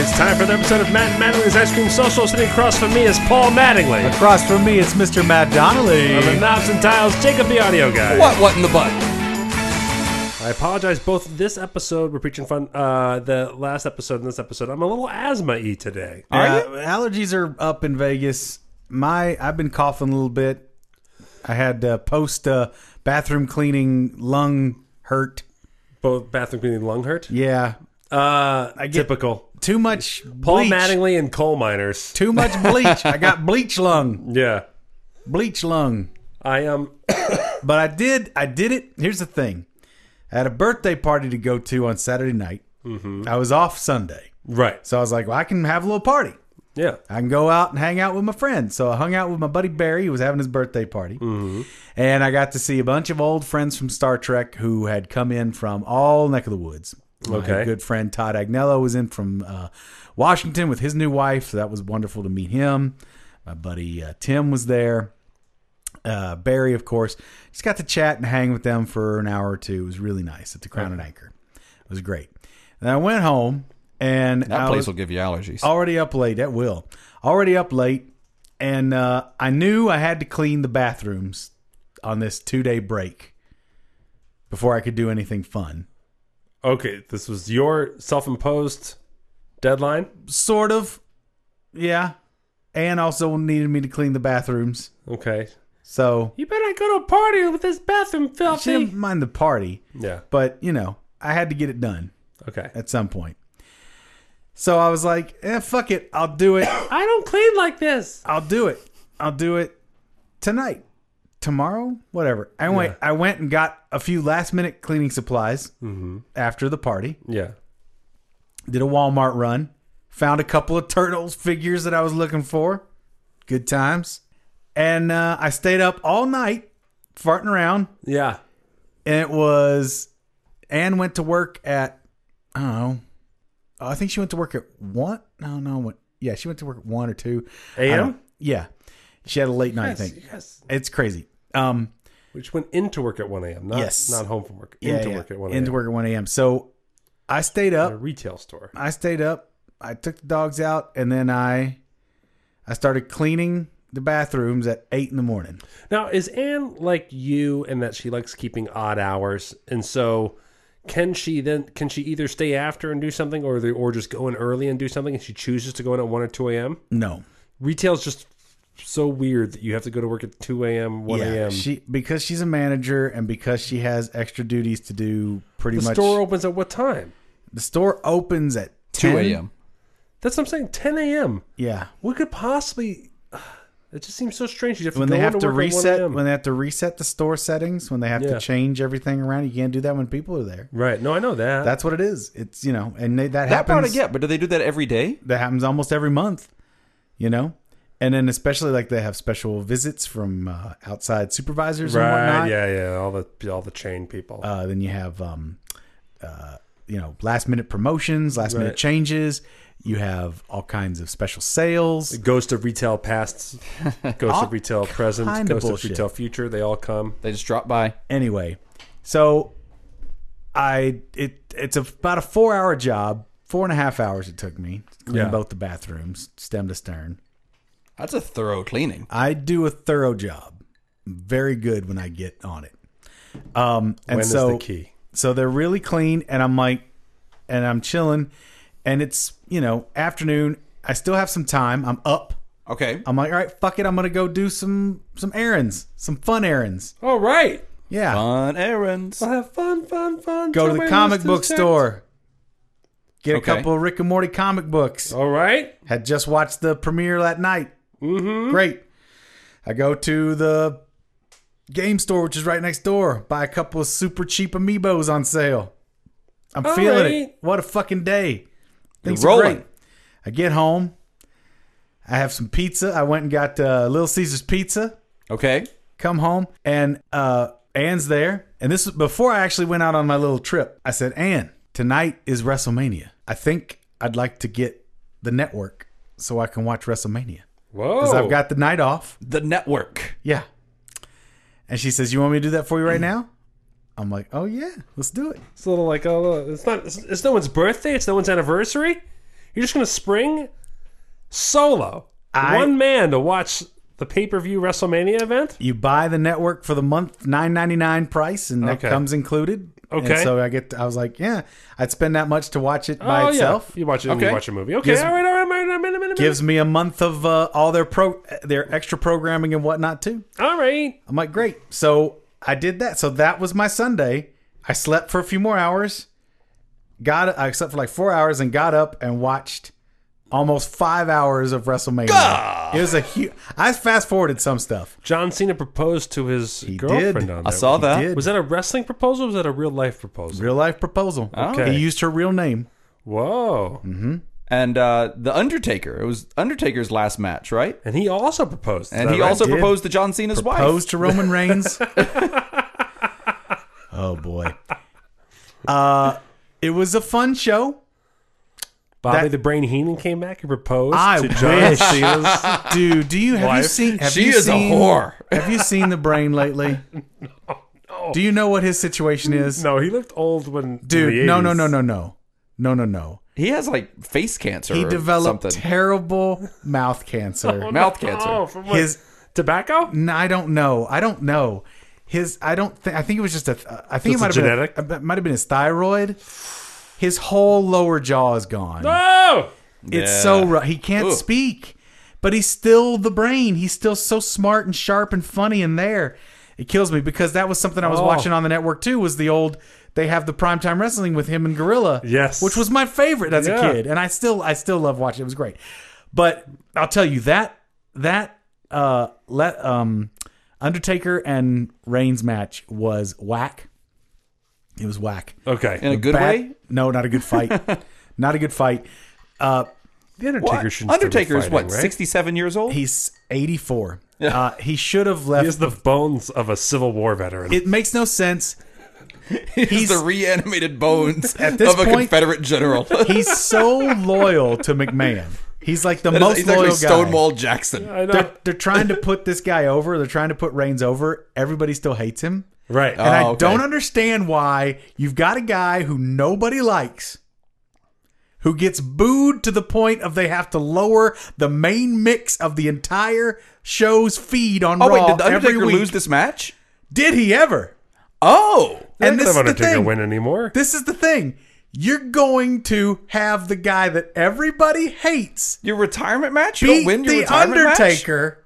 It's time for another episode of Matt Mattingly's Ice Cream Social. Sitting across from me is Paul Mattingly. Across from me, it's Mr. Matt Of the Donnelly. Knobs and Tiles, Jacob the Audio Guy. What? What in the butt? I apologize. Both this episode, we're preaching fun. Uh, the last episode and this episode, I'm a little asthma-y today. Are Allergies are up in Vegas. My, I've been coughing a little bit. I had uh, post uh, bathroom cleaning lung hurt. Both bathroom cleaning lung hurt. Yeah, Uh, get- typical. too much Paul bleach. Mattingly and coal miners. Too much bleach. I got bleach lung. Yeah, Bleach lung. I um. But I did. I did it. Here's the thing. I had a birthday party to go to on Saturday night. Mm-hmm. I was off Sunday, Right. so I was like, "Well, I can have a little party." Yeah. I can go out and hang out with my friends. So I hung out with my buddy Barry, who was having his birthday party. Mm-hmm. And I got to see a bunch of old friends from Star Trek who had come in from all neck of the woods. Okay. My good friend Todd Agnello was in from uh, Washington with his new wife. So that was wonderful to meet him. My buddy uh, Tim was there. Uh, Barry, of course, just got to chat and hang with them for an hour or two. It was really nice at the Crown and Anchor. It was great. And I went home and That I place was- will give you allergies. Already up late. That will. Already up late, and uh, I knew I had to clean the bathrooms on this two day break before I could do anything fun. Okay. This was your self-imposed deadline. Sort of. Yeah. And also needed me to clean the bathrooms. Okay. So You better not go to a party with this bathroom Oh, she didn't filthy. mind the party, Yeah. but you know, I had to get it done Okay. at some point. So I was like, eh, fuck it. I'll do it. I don't clean like this. I'll do it. I'll do it tonight, tomorrow, whatever. I went. I went and got a few last minute cleaning supplies after the party. Yeah. Did a Walmart run. Found a couple of turtles figures that I was looking for. Good times. And uh, I stayed up all night farting around, Yeah. and it was. Anne went to work at. I don't know. Oh, I think she went to work at one. No, no. What, yeah, she went to work at one or two. I AM? don't- Yeah, she had a late night thing. Yes. It's crazy. Um, Which went into work at 1 a.m. Not, Yes. not home from work. yeah, into yeah. work at 1 a.m. Into work at one a.m. So I stayed At a up. retail store. I stayed up. I took the dogs out, and then I, I started cleaning the bathrooms at eight in the morning. Now, is Anne like you in that she likes keeping odd hours? And so can she then can she either stay after and do something or the, or just go in early and do something and she chooses to go in at 1 or 2 a.m.? No, Retail's just so weird that you have to go to work at 2 a.m., 1 a.m. She because she's a manager, and because she has extra duties to do. Pretty the much, store opens at what time? the store opens at 10, Two a.m. That's what I'm saying, 10 a.m. Yeah, What could possibly it just seems so strange. You have to when go they have into to work at 1 reset a.m.. when they have to reset the store settings when they have Yeah. to change everything around. You can't do that when people are there. Right. No, I know that. That's what it is. It's you know, and they, that, That part I happens. get, but do they do that every day? that happens almost every month, you know? And then especially like they have special visits from uh, outside supervisors and Right. whatnot. Yeah. Yeah. All the all the chain people. Uh, then you have, um, uh, you know, last minute promotions, last Right. minute changes. You have all kinds of special sales. Ghost of retail past, ghost of retail present, kind of ghost of bullshit. retail future. They all come. They just drop by. Anyway, so I it it's about a four hour job, four and a half hours it took me to clean Yeah. both the bathrooms, stem to stern. That's a thorough cleaning. I do a thorough job. Very good when I get on it. Um, and When is so, the key? so they're really clean, and I'm like, and I'm chilling, and it's you know afternoon. I still have some time. I'm up. Okay. I'm like, all right, fuck it. I'm gonna go do some some errands, some fun errands. All right. Yeah, On errands. I'll have fun, fun, fun. go to Somebody the comic must book distract- store. Get a Okay. couple of Rick and Morty comic books. All right. Had just watched the premiere that night. Mm-hmm. Great. I go to the game store, which is right next door, buy a couple of super cheap amiibos on sale. I'm All feeling right. it. What a fucking day. Things You're are rolling. great. I get home. I have some pizza. I went and got uh, Little Caesar's pizza. Okay. Come home, and uh, Ann's there. And this was before I actually went out on my little trip. I said, Ann, tonight is WrestleMania. I think I'd like to get the network so I can watch WrestleMania Whoa. because I've got the night off. The network. Yeah. And she says, You want me to do that for you right now? I'm like, Oh, yeah, let's do it. It's a little like, oh, look, it's not. It's, it's no one's birthday. It's no one's anniversary. You're just gonna spring solo, I- one man to watch the pay per view WrestleMania event. You buy the network for the month, nine ninety nine price, and that Okay. comes included. And Okay. so I get, I was like, Yeah, I'd spend that much to watch it by oh itself. yeah, you watch it. and You Okay. watch a movie. Okay, all right, all right, all right, all right, all right, all right, Gives me a month of uh, all their pro, their extra programming and whatnot too. all right. I'm like, great. So I did that. So that was my Sunday. I slept for a few more hours. Got I slept for like four hours and got up and watched almost five hours of WrestleMania. It was a huge. I fast forwarded some stuff. John Cena proposed to his girlfriend did. on I there. saw that. did. Was that a wrestling proposal? or Was that a real life proposal? Real life proposal. Okay. He used her real name. Whoa! And uh, the Undertaker. It was Undertaker's last match, right? And he also proposed. Is And that he right? also Did. proposed to John Cena's wife. Posed to Roman Reigns. oh boy. Uh, it was a fun show. Bobby that- the Brain Heenan came back and proposed I to John wish. Cena's. Dude, do you have you seen? Have She you is a seen- whore. Have you seen the brain lately? Do you know what his situation is, no, he looked old when in the dude? No, no, 80s. no, no, no, no, no, no. He has like face cancer. He or developed something. terrible mouth cancer. mouth cancer. Oh, from what? His- tobacco? No, I don't know. I don't know. His, I don't think. I think it was just a. I think It's it might a have been. It might have been his thyroid. His whole lower jaw is gone. Oh, It's Yeah. so rough. He can't Ugh. speak, but he's still the brain. He's still so smart and sharp and funny in there. It kills me because that was something I was Oh. watching on the network too. Was the old they have the primetime wrestling with him and Gorilla? Yes. which was my favorite as Yeah. a kid, and I still I still love watching. It It was great, but I'll tell you that that uh let um Undertaker and Reigns match was whack. It was whack. okay. in a good Bad- way. No, not a good fight. not a good fight. Uh, the Well, Undertaker should. Undertaker is what right? sixty-seven years old. He's 84. Uh, he should have left. He has the bones of a Civil War veteran. it makes no sense. he's the reanimated bones this of a point- Confederate general. He's so loyal to McMahon. He's like the most he's loyal actually guy. Stonewall Jackson. I know. They're, they're trying to put this guy over. They're trying to put Reigns over. Everybody still hates him. right. And I Oh, okay. don't understand why you've got a guy who nobody likes, who gets booed to the point of they have to lower the main mix of the entire show's feed on Oh Raw wait, did the every Undertaker week. lose this match? Did he ever? Oh, They're and this is not gonna the have Undertaker thing. win anymore. This is the thing. You're going to have the guy that everybody hates your retirement match. You beat don't win your the retirement match. Undertaker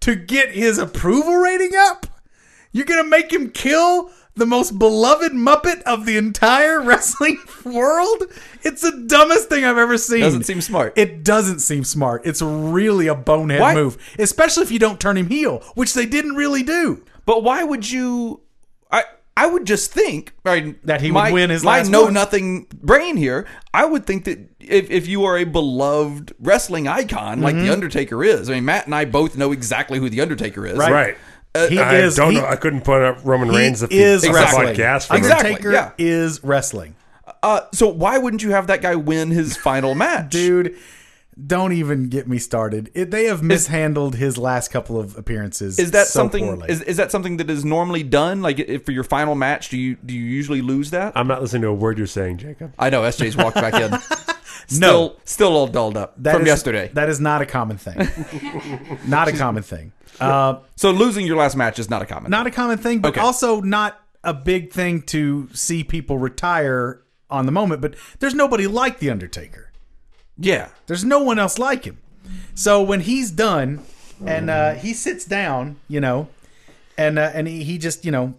to get his approval rating up. You're going to make him kill the most beloved Muppet of the entire wrestling world. It's the dumbest thing I've ever seen. Doesn't seem smart. It doesn't seem smart. It's really a bonehead Why- move, especially if you don't turn him heel, which they didn't really do. But why would you? I I would just think I, That he would my, win his my last know one. nothing brain here. I would think that if if you are a beloved wrestling icon like Mm-hmm. the Undertaker is, I mean Matt and I both know exactly who the Undertaker is. Right. right. He uh, I is- don't he- know. I couldn't put up Roman He Reigns if is he wrestling. bought gas for Exactly. him. Undertaker yeah. is wrestling. Uh, so why wouldn't you have that guy win his final match? dude don't even get me started it, they have mishandled his last couple of appearances Is that so something? poorly. Is, is that something that is normally done? Like if for your final match, do you do you usually lose Uh, that? I'm not listening to a word you're saying, Jacob. I know SJ's walked back in. Still, No. still all dolled up That from is- yesterday. that is not a common thing not a common thing uh, so losing your last match is not a common. not a common thing but Okay. also not a big thing to see people retire on the moment but there's nobody like the undertaker yeah. There's no one else like him. So when he's done and uh, Mm-hmm. he sits down, you know, and uh, and he, he just you know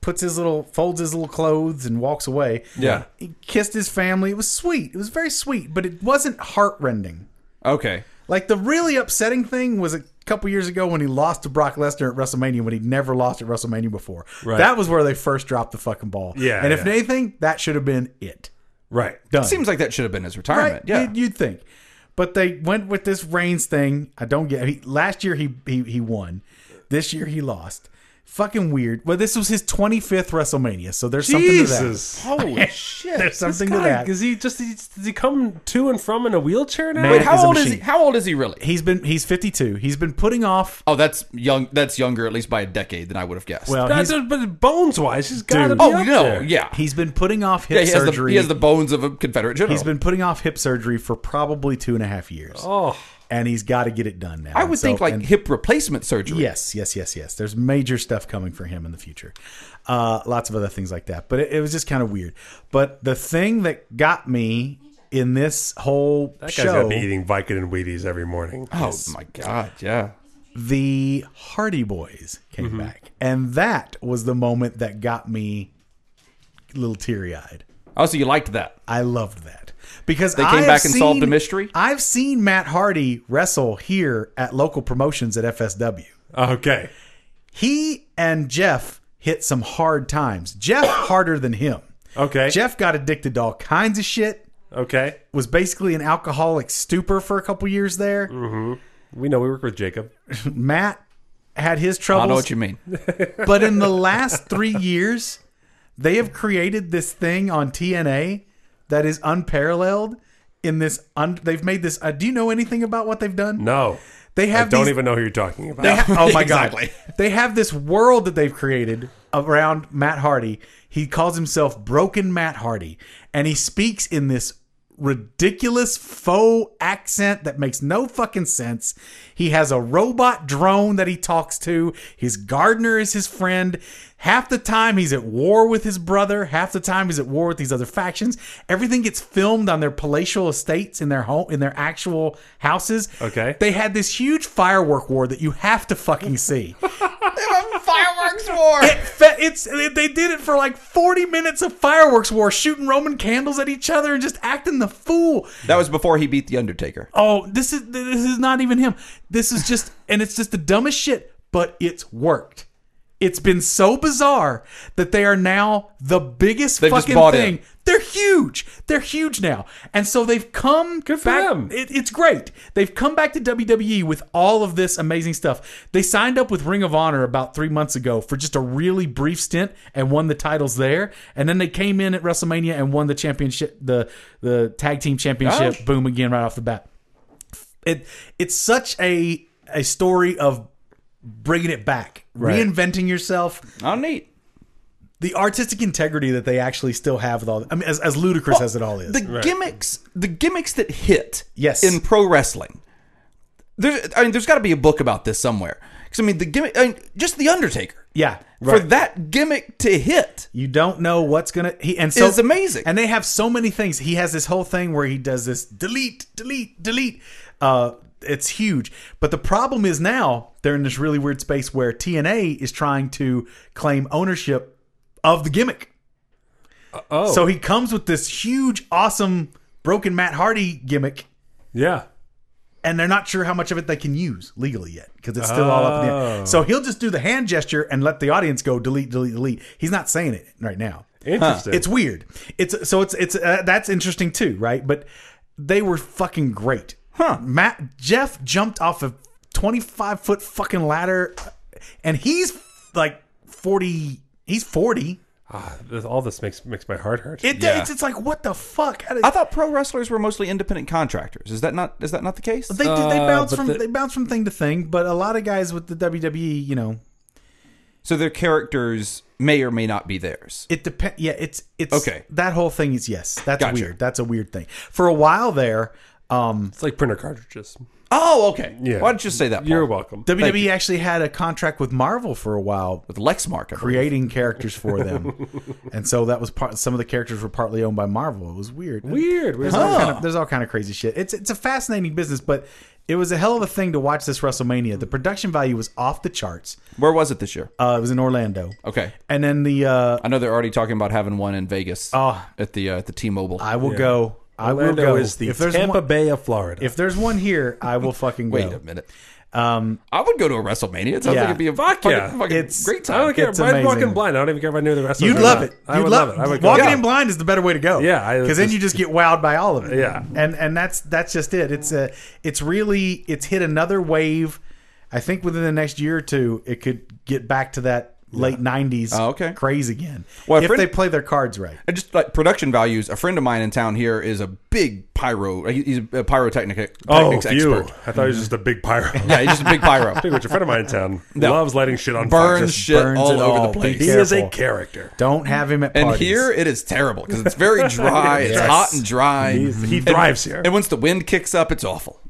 puts his little folds his little clothes and walks away. Yeah. he kissed his family. It was sweet. It was very sweet, but it wasn't heartrending. Okay. Like the really upsetting thing was a couple years ago when he lost to Brock Lesnar at WrestleMania when he'd never lost at WrestleMania before. Right. That was where they first dropped the fucking ball. Yeah, and if yeah. anything, that should have been it. Right. Done. Seems like that should have been his retirement. Yeah. You'd, you'd think, but they went with this Reigns thing. I don't get. He, last year he he he won. This year he lost. Fucking weird. Well, this was his 25th WrestleMania, so there's something to that. Jesus. Holy shit! There's something to God, that. Is he just he's- does he come to and from in a wheelchair now? Wait, Matt is a how old is he? machine. How old is he really? He's been he's 52. He's been putting off. Oh, that's young. That's younger at least by a decade than I would have guessed. Well, That's he's, a, but bones wise, he's got to Dude. be oh up no, there. yeah, he's been putting off hip yeah. He has, the, surgery. he has the bones of a Confederate general. He's been putting off hip surgery for probably two and a half years. Oh, And he's got to get it done now. I would So- think like and- hip replacement surgery. Yes, yes, yes, yes. There's major stuff coming for him in the future. Uh, lots of other things like that. But it, it was just kind of weird. But the thing that got me in this whole that guy's got to show, be eating Vicodin and Wheaties every morning. Oh my god, yeah. the Hardy Boys came Mm-hmm. back, and that was the moment that got me a little teary eyed. Oh, so you liked that? I loved that because they came back and solved a mystery? I've seen Matt Hardy wrestle here at local promotions at FSW. Okay, He and Jeff hit some hard times. Jeff harder than him. okay, Jeff got addicted to all kinds of shit. okay. Was basically an alcoholic stupor for a couple years there. Mm-hmm. We know we work with Jacob. Matt had his I know troubles, what you mean. but in the last three years, they have created this thing on TNA that is unparalleled. In this, un- they've made this. Uh, do you know anything about what they've done? No, They have. I don't these- even know who you're talking about. They ha- oh my Exactly. god! They have this world that they've created around Matt Hardy. He calls himself Broken Matt Hardy, and he speaks in this ridiculous faux accent that makes no fucking sense. He has a robot drone that he talks to. His gardener is his friend. Half the time he's at war with his brother, half the time he's at war with these other factions. Everything gets filmed on their palatial estates in their home in their actual houses. Okay. They had this huge firework war that you have to fucking see. Fireworks war. It fe- it's they did it for like 40 minutes of fireworks war shooting roman candles at each other and just acting the fool. That was before he beat the Undertaker. Oh, this is this is not even him. This is just and it's just the dumbest shit, but it's worked. It's been so bizarre that they are now the biggest They've just fucking bought thing. in. They're huge. They're huge now. And so they've come Good for back. them. It, it's great. They've come back to WWE with all of this amazing stuff. They signed up with Ring of Honor about three months ago for just a really brief stint and won the titles there. And then they came in at WrestleMania and won the championship, the the tag team championship. Gosh. Boom again right off the bat. It it's such a a story of bringing it back, reinventing yourself Oh, neat. the artistic integrity that they actually still have with all I mean as, as ludicrous as it all is. Oh, The gimmicks, the gimmicks that hit Yes. in pro wrestling. There's, I mean, there's got to be a book about this somewhere. Because I mean, the gimmick, I mean, just the Undertaker. yeah. For that gimmick to hit, You don't know what's gonna he and so It's amazing. And they have so many things. He has this whole thing where he does this delete, delete, delete. Uh it's huge. But the problem is now they're in this really weird space where TNA is trying to claim ownership of the gimmick. Uh, oh, So he comes with this huge, awesome broken Matt Hardy gimmick yeah. and they're not sure how much of it they can use legally yet because it's still all up in the air. So he'll just do the hand gesture and let the audience go delete, delete, delete. He's not saying it right now. Interesting. It's weird. It's so it's it's uh, that's interesting too, right? But they were fucking great. Huh? Matt Jeff jumped off a twenty five foot fucking ladder, uh, and he's like forty. He's forty. Ah, this- all this makes makes my heart hurt. It, Yeah. it's, it's like what the fuck? How did, I thought pro wrestlers were mostly independent contractors. Is that not is that not the case? They do they bounce but from the- they bounce from thing to thing, but a lot of guys with the WWE, you know, so their characters may or may not be theirs. It depends. Yeah, it's it's Okay. That whole thing is yes. That's Gotcha. weird. That's a weird thing. For a while there, um, it's like printer cartridges. Oh, okay. Yeah. Why don't you say that? Paul? You're welcome. WWE E actually had a contract with Marvel for a while, with Lexmark. I believe. creating characters for them, and so that was part. Some of the characters were partly owned by Marvel. It was weird. Weird. Weird. There's, all kind of, there's all kind of crazy shit. It's it's a fascinating business, but it was a hell of a thing to watch this WrestleMania. The production value was off the charts. Where was it this year? Uh, it was in Orlando. Okay. And then the uh, I know they're already talking about having one in Vegas at the uh, at the T-Mobile. I will go. I Orlando will go. is the if there's Tampa one, Bay of Florida. if there's one here, I will fucking go. Wait a minute. Um, I would go to a WrestleMania. It sounds yeah. like it'd be a Fuck fucking, yeah. fucking It's- great I time. don't care. It's I'd walk amazing. in blind. I don't even care if I knew the rest. You'd of love it. I You'd would love, love, it. I would go. Walking Yeah. in blind is the better way to go. Yeah, I- because then you just get wowed by all of it. Yeah. and and that's that's just it. It's a it's really it's hit another wave I think within the next year or two, it could get back to that late '90s Oh, okay. craze again. Well, a if friend- they play their cards right, And just like production values, a friend of mine in town here is a big pyro. uh, he- He's a pyrotechnic Oh, technics you. expert. I thought he was just a big pyro. Yeah, he's just a big pyro. Speaking of which, a friend of mine in town loves lighting shit on fire. Burns Just- shit burns all it over the all. place. He is a Careful. character. don't have him at And parties. here it is terrible because it's very dry. It's Yes. hot and dry. He's, he thrives here. And once the wind kicks up, it's awful.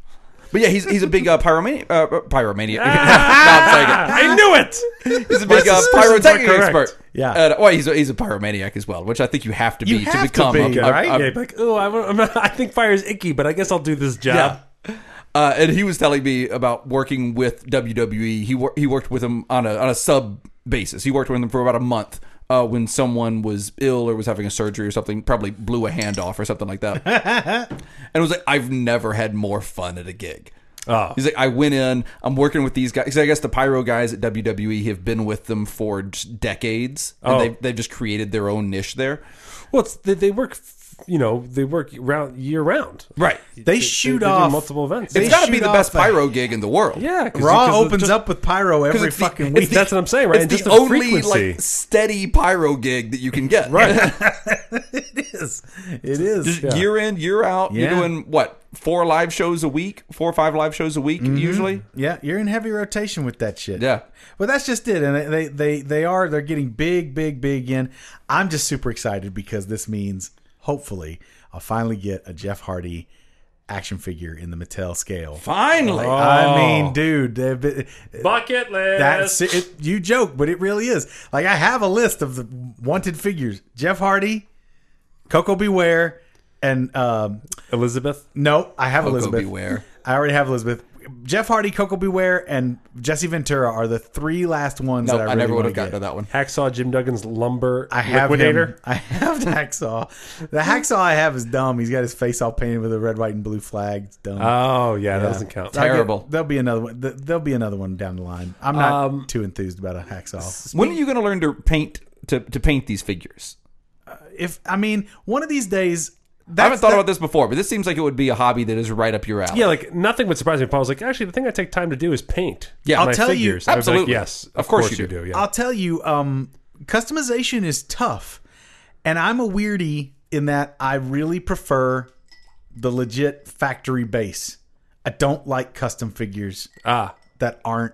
But yeah, he's he's a big uh, pyromani- uh, pyromaniac. Bob Saget. I knew it. He's a big uh, That's pyrotechnic correct. expert. Yeah. And, uh, well, he's a, he's a pyromaniac as well, which I think you have to be You have to to become be, a, a- right? a- yeah, like, oh, I, wa- I'm not- I think fire is icky, but I guess I'll do this job. Yeah. Uh, and he was telling me about working with WWE. He wor- he worked with them on a on a sub basis. He worked with them for about a month uh, when someone was ill or was having a surgery or something. Probably blew a hand off or something like that. and it was like I've never had more fun at a gig. Oh. He's like, I went in. I'm working with these guys. 'cause I guess the pyro guys at WWE have been with them for just decades, and Oh. they've, they've just created their own niche there. Well, it's, they, they work, f- you know, they work round, year round. Right. they They- shoot they do off multiple events. They It's got to shoot be the off best a- pyro gig in the world. yeah, 'cause- Raw 'cause it's opens just- up with pyro every it's the- fucking it's week. the- That's what I'm saying, right? It's And just the the only frequency. like steady pyro gig that you can get. Right. it is. Just year in, year out. Yeah. You're doing what? Four live shows a week, four or five live shows a week usually. Yeah, you're in heavy rotation with that shit. Yeah. Well, that's just it, and they they they are they're getting big, big, big in. I'm just super excited because this means hopefully I'll finally get a Jeff Hardy action figure in the Mattel scale. Finally. I mean, dude, they've been- Bucket list. that's it, You joke, but it really is. Like I have a list of the wanted figures: Jeff Hardy, Coco Beware, and um, Elizabeth. no, I have Elizabeth. beware. I already have Elizabeth. Jeff Hardy, Coco Beware, and Jesse Ventura are the three last ones no, that I, I, really never would have got gotten to that one. Hacksaw Jim Duggan's lumber I have liquidator. him. I have the hacksaw. The hacksaw I have is dumb. He's got his face all painted with a red, white, and blue flag. It's dumb. Oh yeah, that doesn't count. I'll get- terrible. there'll be another one. th- There'll be another one down the line. I'm not too enthused about a hacksaw. When are you going to learn to paint to, to paint these figures? If I mean, one of these days. That's I haven't thought the- about this before, but this seems like it would be a hobby that is right up your alley. Yeah, like nothing would surprise me if I was like, actually, the thing I take time to do is paint. Yeah. I'll my tell you- figures. I would be like, Absolutely. yes, Of course you do. Yeah, I'll tell you, um, customization is tough, and I'm a weirdie in that I really prefer the legit factory base. I don't like custom figures ah. that aren't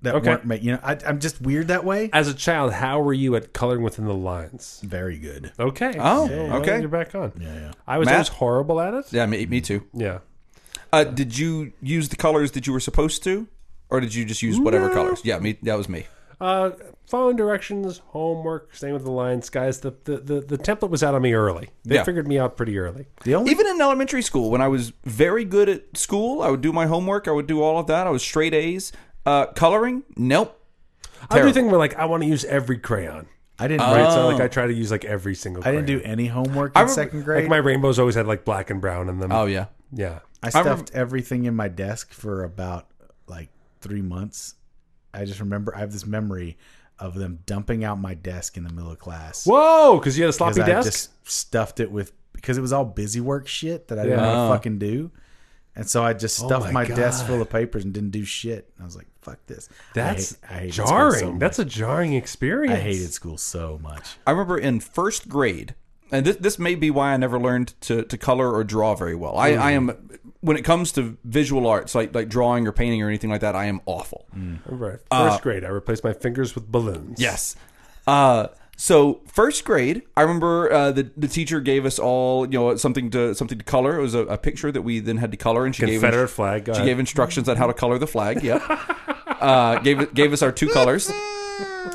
that Okay. weren't made. You know, I, I'm just weird that way. As a child, how were you at coloring within the lines? Very good. Okay. Oh, So, okay. well, You're back on. Yeah, yeah. I was Matt? always horrible at it. Yeah, me, me too. Yeah. Uh, did you use the colors that you were supposed to, or did you just use whatever colors? Yeah, me. That was me. Uh, following directions, homework, staying with the lines, guys. The the, the, the template was out on me early. They Yeah. figured me out pretty early. The only Even in elementary school, when I was very good at school, I would do my homework. I would do all of that. I was straight A's. Uh, coloring, nope. I do Terrible. think we're like, I want to use every crayon. I didn't. Right. do- So like, I try to use like every single. Oh. I Crayon. didn't do any homework in rem- second Like grade. my rainbows always had like black and brown in them. Oh yeah. yeah. I I stuffed rem- everything in my desk for about like three months. I just remember I have this memory of them dumping out my desk in the middle of class. Whoa, because you had a because sloppy I desk. just stuffed it with because it was all busy work shit that I didn't know how Yeah. to fucking do. And so I just stuffed my my, desk full of papers and didn't do shit. And I was like, "Fuck this." I That's hate- I hated school so jarring. much. That's a jarring experience. I hated school so much. I remember in first grade, and this, this may be why I never learned to, to color or draw very well. I, I am, when it comes to visual arts, like like drawing or painting or anything like that, I am awful. Right. Uh, First grade, I replaced my fingers with balloons. Yes. Uh, so first grade, I remember uh, the the teacher gave us all you know something to something to color. It was a, a picture that we then had to color, and she gave Confederate us- flag. Go She ahead. gave instructions on how to color the flag. Yep. uh, gave gave us our two colors.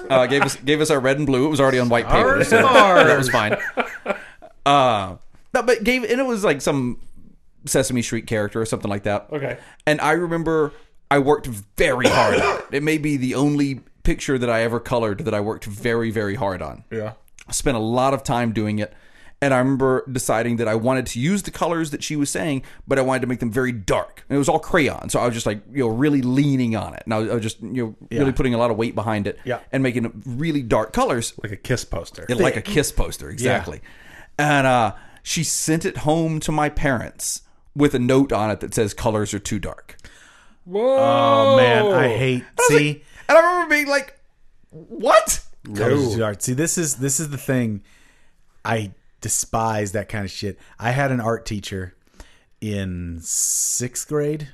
Uh, gave us gave us our red and blue. It was already on white paper, so that was fine. Uh, no, but gave and it was like some Sesame Street character or something like that. Okay. And I remember I worked very hard on it. It may be the only picture that I ever colored that I worked very very hard on. Yeah. I spent a lot of time doing it. And I remember deciding that I wanted to use the colors that she was saying, but I wanted to make them very dark. And it was all crayon, so I was just like, you know, really leaning on it, and I was, I was just, you know, really putting a lot of weight behind it, Yeah. and making it really dark colors. Like a kiss poster. Yeah, like a kiss poster exactly and uh she sent it home to my parents with a note on it that says colors are too dark Whoa. Oh man, I hate. See, And I remember being like, "What?" colors of art. See, this is this is the thing. I despise that kind of shit. I had an art teacher in sixth grade.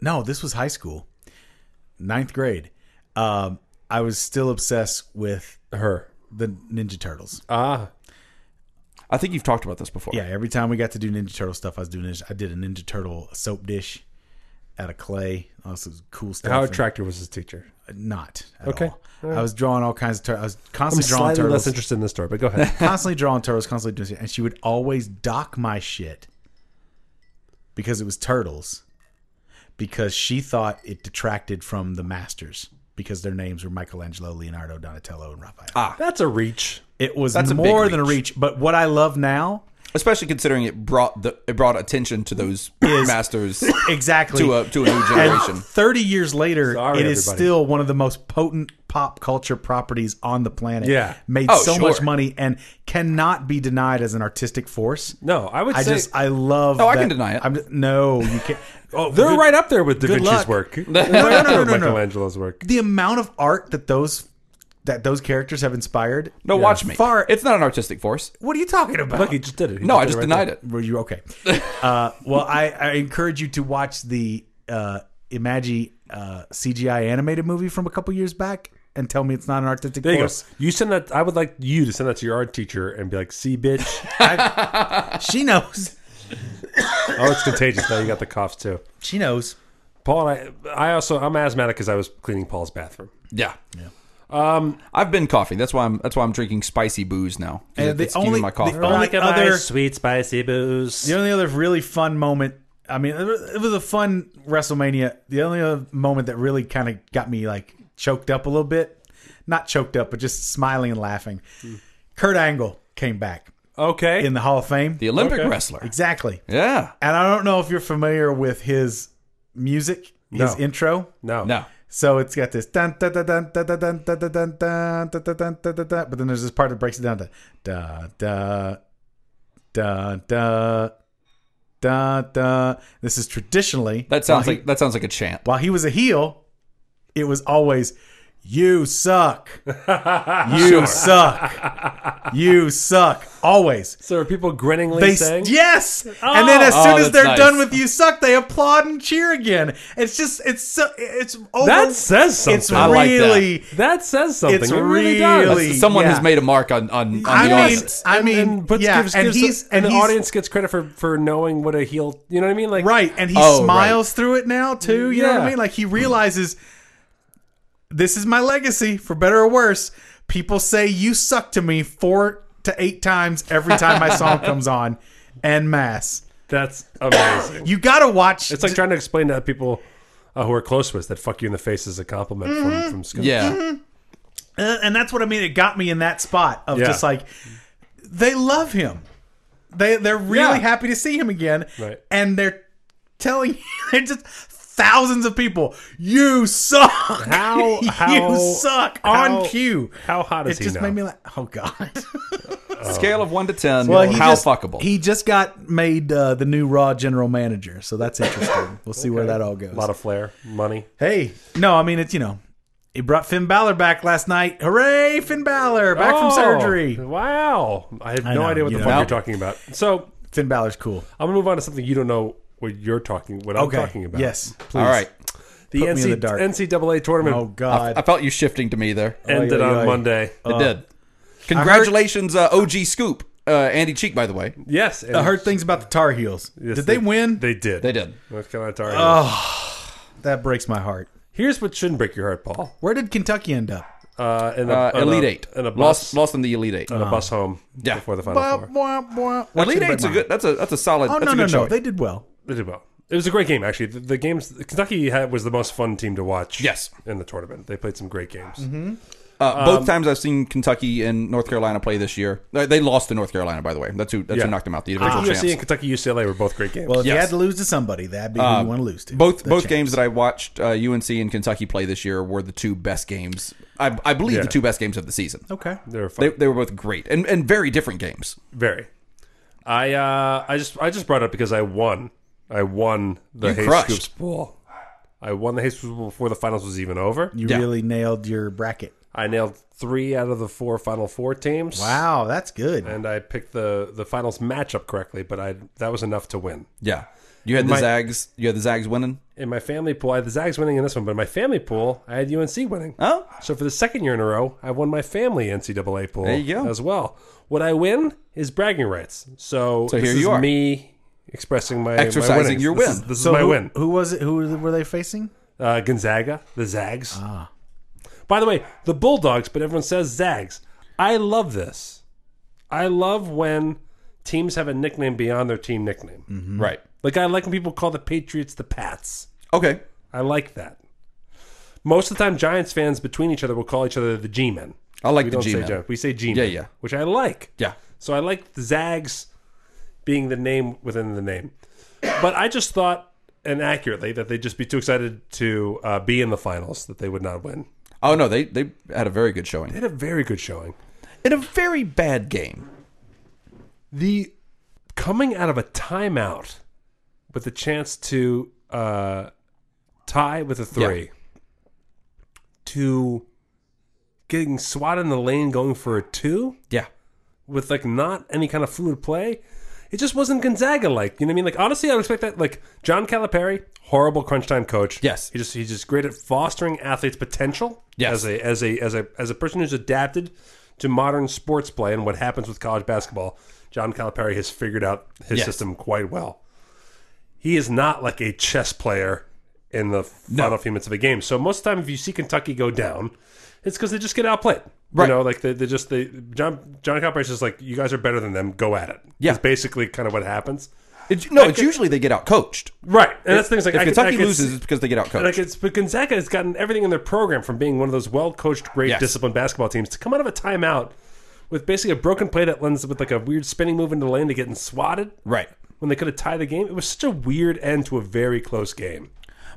No, this was high school, ninth grade. Um, I was still obsessed with her. the Ninja Turtles. Ah, I think you've talked about this before. Yeah, every time we got to do Ninja Turtle stuff, I was doing. Ninja, I did a Ninja Turtle soap dish out of clay. All this cool stuff. how And- attractive was this teacher? Not at Okay. all. I was drawing all kinds of. Tur- I was I'm constantly drawing slightly turtles. less interested in this story, but go ahead. constantly drawing turtles, constantly doing shit, and she would always dock my shit because it was turtles. Because she thought it detracted from the masters because their names were Michelangelo, Leonardo, Donatello, and Raphael. That's a reach. it was That's a big more than a reach. But what I love now, especially considering it brought the it brought attention to those masters exactly to a to a new And generation. 30 years later, Sorry, it is everybody. still one of the most potent pop culture properties on the planet. Yeah. Made Oh, so much sure. money and cannot be denied as an artistic force. No, I would I say just, I love. No, Oh, I that- can deny it. I'm, no, you can't. Oh, they're good- right up there with Da good Vinci's luck. work. They're No, no, right up no, there no, with no, no. Michelangelo's work. The amount of art that those that those characters have inspired. No, watch me. Far, It's not an artistic force. what are you talking about? Look, he just did it. He No, I did just right denied there. it. Were you okay? Uh, well, I, I encourage you to watch the uh, Imagi uh, CGI animated movie from a couple years back and tell me it's not an artistic There you go. course. You send that. I would like you to send that to your art teacher and be like, "See, bitch." She knows. oh, it's contagious. Now you got the coughs too. She knows. Paul, I, I also I'm asthmatic because I was cleaning Paul's bathroom. Yeah. Yeah. Um, I've been coughing. That's why I'm. That's why I'm drinking spicy booze now. 'Cause And it- the it's keeping only- my cough. the down. only- other- sweet spicy booze. The only other really fun moment, I mean, it was it was a fun WrestleMania. The only other moment that really kind of got me like choked up a little bit, not choked up, but just smiling and laughing. Kurt Angle came back Okay. in the Hall of Fame. the Olympic Okay. wrestler. exactly. Yeah. And I don't know if you're familiar with his music, his No. intro. no. No. So it's got this dun dun dun dun dun dun dun dun dun dun dun dun dun dun dun dun dun but then there's this part that breaks it down to da da da da da da. This is traditionally That sounds like that sounds like a chant. while he was a heel, it was always you suck. You Sure. suck. You suck. Always. So are people grinningly They saying? yes, and then as Oh, soon as that's they're nice. done with you suck, they applaud and cheer again. It's just it's so it's over. That says something. It's I like that. really that says something. It's it really, really- does. That's- Someone yeah. has made a mark on on, on I the mean, audience. I mean, and puts, yeah, gives, and gives- he's and, and the he's, audience gets credit for for knowing what a heel. You know what I mean? Like right, and he Oh, right. smiles through it now too. You know what I Yeah. mean? Like he realizes this is my legacy, for better or worse. People say you suck to me four to eight times every time my song comes on, en mass. That's amazing. You gotta watch. It's like trying to explain to people uh, who are close to us that "fuck you in the face" is a compliment Mm-hmm. from from Scott. Yeah. Uh, and that's what I mean. It got me in that spot of Yeah. just like they love him. They they're really Yeah. happy to see him again, Right. and they're telling they're just thousands of people. You suck. How- how- you suck how- on cue. how hot is it he just now? made me like, oh god. Scale of one to ten. he how just, fuckable? He just got made uh, the new Raw general manager, so that's interesting. We'll see where that all goes. a lot of flair, money. Hey, no, I mean it's you know, he brought Finn Balor back last night. Hooray, Finn Balor back from Oh, surgery. Wow, I have no know, idea what you the know. fuck you're talking about. So Finn Balor's cool. I'm gonna move on to something you don't know what you're talking, what Okay. I'm talking about. Yes. please. All right. put the, me in NC the dark. NCAA tournament Oh God. I felt you shifting to me there. ended Oy, oy, on oy. Monday. Uh, It did. Congratulations, uh, OG Scoop, uh, Andy Cheek. By the way, yes, and I heard things about the Tar Heels. yes, Did they, win? They did. they did. Uh, North Carolina Tar Heels. Ah. that breaks my heart. Here's what shouldn't break your heart, Paul. Where did Kentucky end up? Uh, in a, Uh, on a- Elite Eight. in a lost, bus, lost in the Elite Eight. on a bus home Yeah. before the final Blah, four. blah, blah. What Elite should Eight's a break good. That's a that's a solid. my- Oh that's no a no good no! choice. They did well. They did well. It was a great game, actually. The, the games Kentucky had, was the most fun team to watch. Yes. in the tournament, they played some great games. Mm-hmm. Uh, both times I've seen Kentucky and North Carolina play this year. Uh, They lost to North Carolina, by the way. That's who that's Yeah. who knocked them out. The Kentucky individual USC champs. and Kentucky UCLA were both great games. Well, if you Yes. had to lose to somebody, that'd be who you want to lose to. both The both champs. games that I watched uh, UNC and Kentucky play this year were the two best games. I, I believe Yeah. the two best games of the season. Okay. they were fun. They, they were both great and, and very different games. Very. I uh, I just I just brought it up because I won. I won the You Hey crushed. Scoops pool. I won the Hay Super Bowl before the finals was even over. You Yeah. really nailed your bracket. I nailed three out of the four Final Four teams. Wow, that's good. And I picked the the finals matchup correctly, but I that was enough to win. Yeah. You had the My- Zags. You had the Zags winning. In my family pool, I had the Zags winning in this one, but in my family pool, I had UNC winning. Oh, So for the second year in a row, I won my family NCAA pool. There you go. As well, what I win is bragging rights. So, So this here you is are. me expressing my my Exercising winnings. your This win. is- this so is my who, win. Who was it? Who were they facing? Uh, Gonzaga, the Zags. Ah. By the way, the Bulldogs, but everyone says Zags. I love this. I love when teams have a nickname beyond their team nickname. right. Like I like when people call the Patriots the Pats. Okay. I like that. Most of the time, Giants fans between each other will call each other the G-men. I like we the don't say G-men. Giants. We say G-men. Yeah, yeah. Which I like. Yeah. So I like the Zags being the name within the name. But I just thought, and accurately, that they'd just be too excited to uh, be in the finals, that they would not win. Oh no, they they had a very good showing They had a very good showing. in a very bad game. The coming out of a timeout with a chance to uh, tie with a three, to getting swatted in the lane going for a two, Yeah. with like not any kind of fluid play. It just wasn't Gonzaga like. You know what I mean? Like honestly, I respect that. Like John Calipari, horrible crunch time coach. Yes. he just he's just great at fostering athletes' potential. Yes. as a as a as a as a person who's adapted to modern sports play and what happens with college basketball. John Calipari has figured out his Yes. system quite well. He is not like a chess player in the final few minutes of a game. So most of the time, if you see Kentucky go down, it's because they just get outplayed. Right. You know, like they, they just they John John Calipari's just like you guys are better than them. Go at it. Yeah. it's basically kind of what happens. It's, no, it's usually they get out coached. Right, and that's things like if I could- I Kentucky could loses, see- it's because they get out coached. Like it's but Gonzaga has gotten everything in their program from being one of those well coached, great, Yes. disciplined basketball teams to come out of a timeout with basically a broken play that lends with like a weird spinning move into the lane to getting swatted. Right. When they could have tied the game, it was such a weird end to a very close game.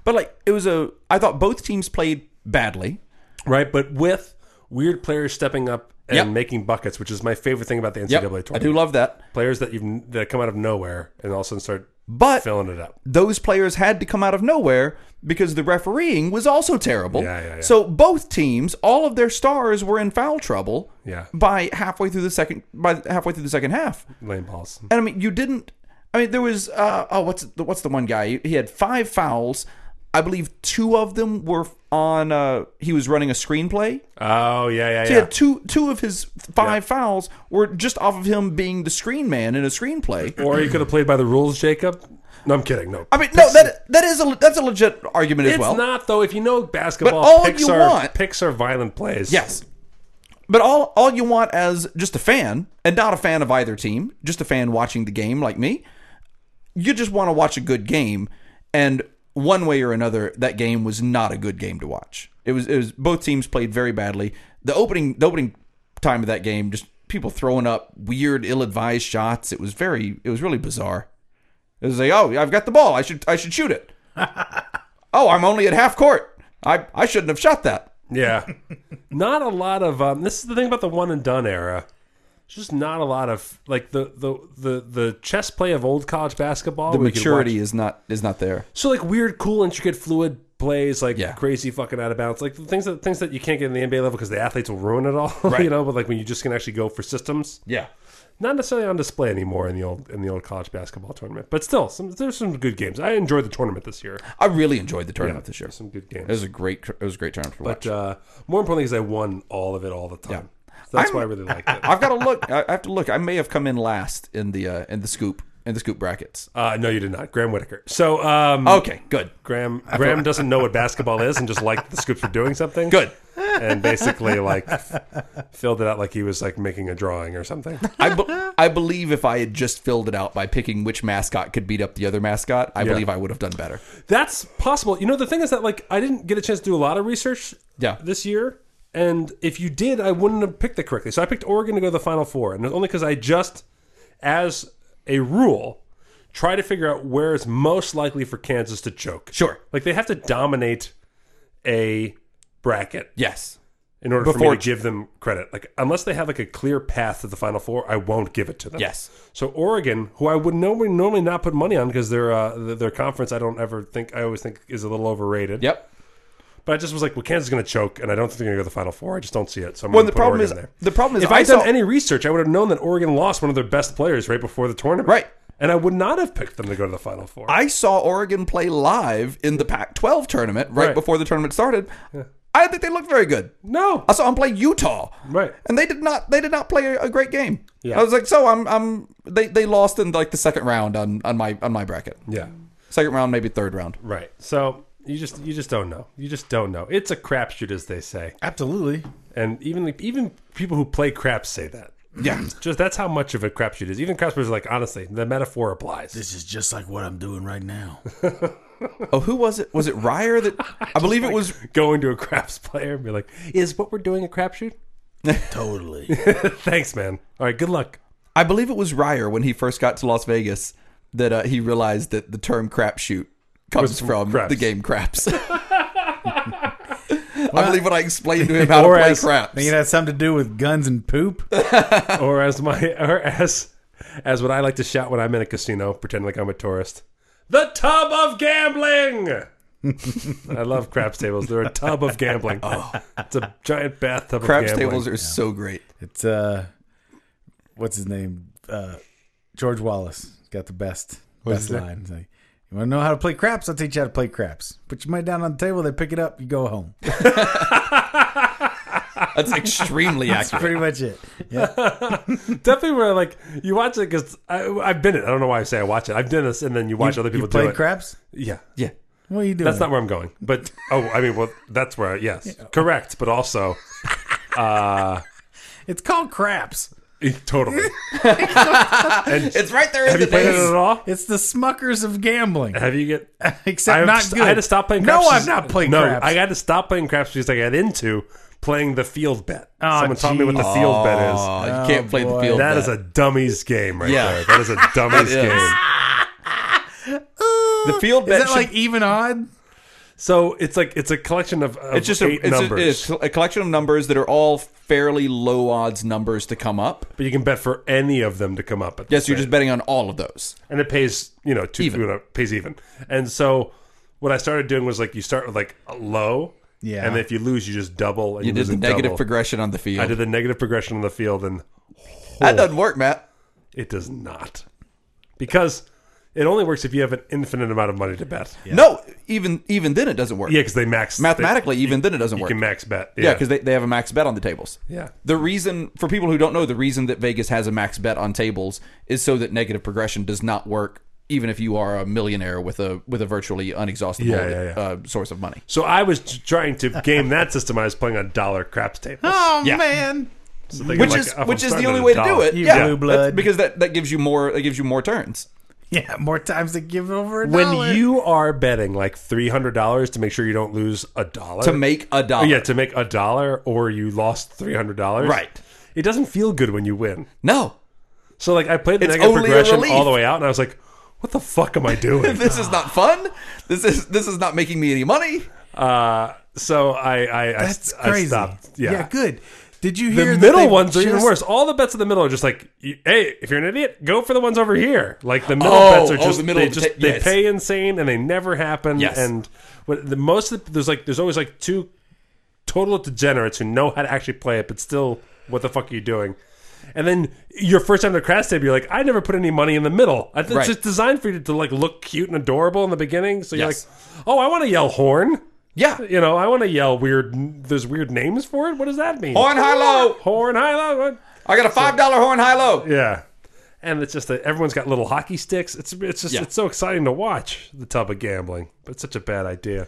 But like it was a I thought both teams played badly. Right, but with weird players stepping up and Yep. making buckets, which is my favorite thing about the NCAA tournament. I do love that. players that you that come out of nowhere and all of a sudden start But filling it up. those players had to come out of nowhere because the refereeing was also terrible. Yeah, yeah, yeah. So both teams, all of their stars were in foul trouble Yeah. by halfway through the second by halfway through the second half. Lane balls. And I mean, you didn't. I mean, there was uh, oh, what's the, what's the one guy? He had five fouls. I believe two of them were on. Uh, he was running a screenplay. Oh yeah, yeah, He yeah. had two two of his five fouls were just off of him being the screen man in a screenplay. Or you could have played by the rules, Jacob. No, I'm kidding. No, I mean, no, that that is a that's a legit argument as it's well. not though. If you know basketball, But all picks you are want- picks are violent plays. Yes. But all all you want as just a fan, and not a fan of either team, just a fan watching the game like me, you just want to watch a good game and one way or another that game was not a good game to watch. It was it was both teams played very badly. The opening the opening time of that game just people throwing up weird ill-advised shots. It was very it was really bizarre. It was like, "Oh, I've got the ball. I should I should shoot it." "Oh, I'm only at half court. I I shouldn't have shot that." yeah. not a lot of. Um, this is the thing about the one and done era. It's just not a lot of like the the the the chess play of old college basketball. the where you could watch- maturity is not is not there. So like weird, cool, intricate, fluid plays, like Yeah. crazy fucking out of bounds, like the things that things that you can't get in the NBA level because the athletes will ruin it all, you know. But like when you just can actually go for systems, Yeah. not necessarily on display anymore in the old in the old college basketball tournament. But still, some there's some good games. I enjoyed the tournament this year. I really enjoyed the tournament this year. Some It good games. was a great it was a great tournament for But watch. uh, more importantly, is I won all of it all the time. So that's I'm- why I really liked it. I've got to look. I I have to look. I may have come in last in the uh, in the scoop in the scoop brackets. Uh, no, you did not, Graham Whitaker. So um, Okay, good. Graham Graham doesn't know what basketball is and just liked the scoops for doing something. Good. and basically like f- filled it out like he was like making a drawing or something. I, be- I believe if I had just filled it out by picking which mascot could beat up the other mascot, I believe I would have done better. That's possible. You know, the thing is that like I didn't get a chance to do a lot of research. Yeah. This year, and if you did, I wouldn't have picked it correctly. So I picked Oregon to go to the Final Four, and it's only because I just, as a rule, try to figure out where it's most likely for Kansas to choke. Sure. Like they have to dominate a bracket Yes. in order for Before- me to give them credit. Like unless they have like a clear path to the final four, I won't give it to them. Yes. So Oregon, who I would normally normally not put money on because their uh, th- their conference, I don't ever think I always think is a little overrated. Yep. But I just was like, well, Kansas is going to choke, and I don't think they're going to go to the final four. I just don't see it. So I'm Well, gonna the put problem Oregon is there. the problem is if I I'd done saw- any research, I would have known that Oregon lost one of their best players right before the tournament. Right. And I would not have picked them to go to the final four. I saw Oregon play live in the Pac-12 tournament right, Right. before the tournament started. I didn't think they looked very good. no. I saw them play Utah, Right. and they did not. They did not play a, a great game. Yeah. I was like, so I'm. I'm. They, they lost in like the second round on, on my on my bracket. yeah. Second round, maybe third round. Right. So you just you just don't know. You just don't know. It's a crapshoot, as they say. Absolutely. And even like, even people who play craps say that. Yeah. Just that's how much of a crapshoot is. Even crapshooters are like honestly, the metaphor applies. This is just like what I'm doing right now. Oh, who was it? Was it Ryer that? I believe it was. Going to a craps player and be like, "Is what we're doing a crapshoot?" totally. Thanks, man. All right, good luck. I believe it was Ryer when he first got to Las Vegas that uh, he realized that the term crapshoot comes from craps. the game craps. I believe when I explained to him how to Or play as- craps. Think it has something to do with guns and poop? or as my or as as what I like to shout when I'm in a casino, pretend like I'm a tourist. The tub of gambling. I love craps tables. They're a tub of gambling. It's a giant bathtub Craps of gambling. tables are so great. It's uh, what's his name? Uh, George Wallace got the best best line. He's like, you want to know how to play craps? I'll teach you how to play craps. Put your money down on the table. They pick it up. You go home. That's extremely That's accurate. pretty much it. Yeah. Definitely where like you watch it because I've been it. I don't know why I say I watch it. I've done this and then you watch other people you play do it. craps. Yeah, Yeah. What are you doing? that's not where I'm going. But oh, I mean, well, that's where yes, correct. But also, It's called craps. totally. and It's right there in have the you played it days. at all? It's the Smuckers of gambling. Have you get Except I've not st- good. I had to stop playing. No, craps I've not played no, craps. I had to stop playing craps because I got into playing the field bet. Aw, Someone taught me what the field bet is. Oh, you can't play the boy. field. That bet. is a dummies game right Yeah. there. That is a dummies It is. game. the field Is bet. that should- like even odd? So it's like it's a collection of, of it's just a, eight it's, numbers, A, it's a collection of numbers that are all fairly low odds numbers to come up. but you can bet for any of them to come up. At the Yes, you're same- just betting on all of those. and it pays you know two Even. you know, pays even. And so what I started doing was like you start with like a low, Yeah. and if you lose, you just double. And you, You did lose the and negative double. progression on the field. I did the negative progression on the field, and that doesn't work, Matt. It does not. Because it only works if you have an infinite amount of money to bet. Yeah, No, even even then it doesn't work. because they max. Mathematically, even then it doesn't they, you work. can max bet. yeah, because they, they have a max bet on the tables. Yeah. The reason, for people who don't know, the reason that Vegas has a max bet on tables is so that negative progression does not work, even if you are a millionaire with a with a virtually unexhaustible Yeah, yeah, yeah. Uh, source of money. So I was t- trying to game that system. I was playing on dollar craps tables. Oh Yeah. man. So they Which like, is if I'm which is the starting only at way a to do dollar- it. You yeah, blue blood. That's because that, that gives you more that gives you more turns. Yeah, more times to give over a dollar. When you are betting like three hundred dollars to make sure you don't lose a dollar to make a dollar. Oh, yeah to make a dollar or you lost three hundred dollars Right. it doesn't feel good when you win No, so like I played the It's negative only a progression relief. all the way out and I was like what the fuck am I doing this is not fun. This is this is not making me any money. Uh, so I, I, That's I, crazy. I stopped. Yeah. good. Did you The hear that middle they ones are even just- worse. All the bets in the middle are just like, you- hey, if you're an idiot, go for the ones over here. Like the middle Oh, bets are oh, just, the middle they of the just ta- they yes. pay insane and they never happen. Yes. And what the most of the, there's like there's always like two total degenerates who know how to actually play it, but still, what the fuck are you doing? And then your first time to crash table, you're like, I never put any money in the middle. I, it's Right. just designed for you to like look cute and adorable in the beginning. So you're Yes. like, oh, I want to yell horn. Yeah, You know, I want to yell weird. There's weird names for it. What does that mean? Horn, high, low. Horn high low. what? I got a five dollar horn high low. Yeah, and it's just that everyone's got little hockey sticks. It's it's just Yeah. it's so exciting to watch the tub of gambling, but it's such a bad idea.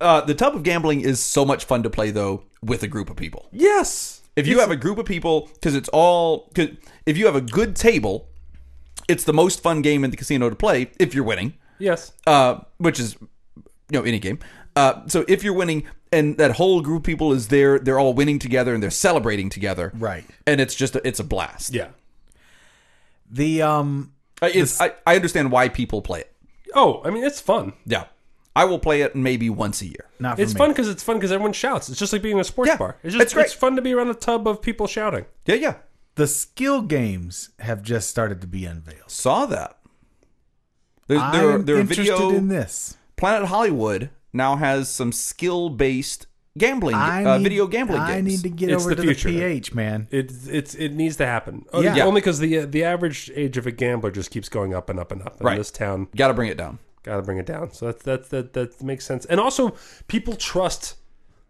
Uh, the tub of gambling is so much fun to play though with a group of people. Yes, If you have a group of people, because it's all. Cause if you have a good table, it's the most fun game in the casino to play if you're winning, yes, uh, which is you know any game. Uh, so if you're winning and that whole group of people is there, they're all winning together and they're celebrating together, Right. And it's just a, it's a blast. Uh, yeah. The um I- it's, I, I understand why people play it. Oh, I mean, it's fun. Yeah. I will play it maybe once a year. Not for It's me. fun because it's fun because everyone shouts. It's just like being in a sports Yeah, bar. It's just it's great. it's fun to be around a tub of people shouting. Yeah, yeah. The skill games have just started to be unveiled. Saw that. There's, I'm there are, there are interested video. in this. Planet Hollywood now has some skill based gambling, uh, need- video gambling I games. need to get It's over to the future. the PH, man. It it's it needs to happen. Oh, Yeah. Only because the uh, the average age of a gambler just keeps going up and up and up. And Right. This town Got to bring it down. got to bring it down. So that's that's that that makes sense. And also, people trust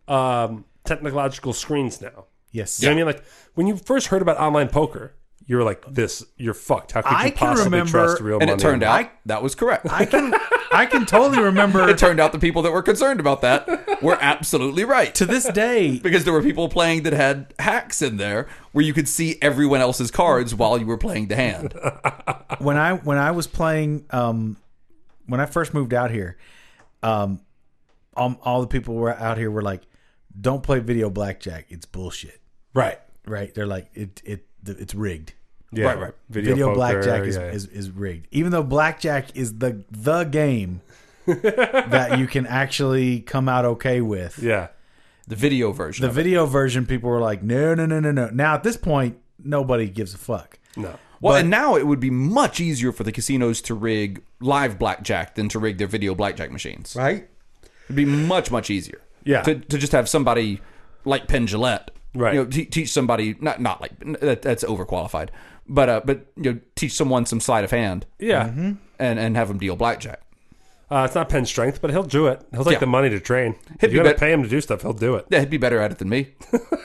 um, technological screens now. Yes. You know what I mean? Like when you first heard about online poker, you were like, "This, you're fucked. How could you I can possibly remember- trust real And money?" it turned out that was correct. I can I can totally remember it turned out the people that were concerned about that were absolutely right. to this day Because there were people playing that had hacks in there where you could see everyone else's cards while you were playing the hand. when I when I was playing um when I first moved out here, um all, all the people were out here were like, Don't play video blackjack, it's bullshit. right. Right? They're like it it it's rigged. Yeah. Right, right. Video, Video, poker, blackjack is, yeah, yeah. is is rigged. Even though blackjack is the the game that you can actually come out okay with. yeah. The video version. The of it. video version, people were like, no, no, no, no, no. Now at this point, nobody gives a fuck. No. Well, and now it would be much easier for the casinos to rig live blackjack than to rig their video blackjack machines. Right? It'd be much, much easier. Yeah. To, to just have somebody like Penn Gillette. Right. You know, te- teach somebody, not not like, that, that's overqualified, but uh, but you know, teach someone some sleight of hand Mm-hmm. Yeah. and, and have them deal blackjack. Uh, it's not Penn's strength, but he'll do it. He'll take Yeah. the money to train. if be you're gonna bet- pay him to do stuff, he'll do it. Yeah, he'd be better at it than me.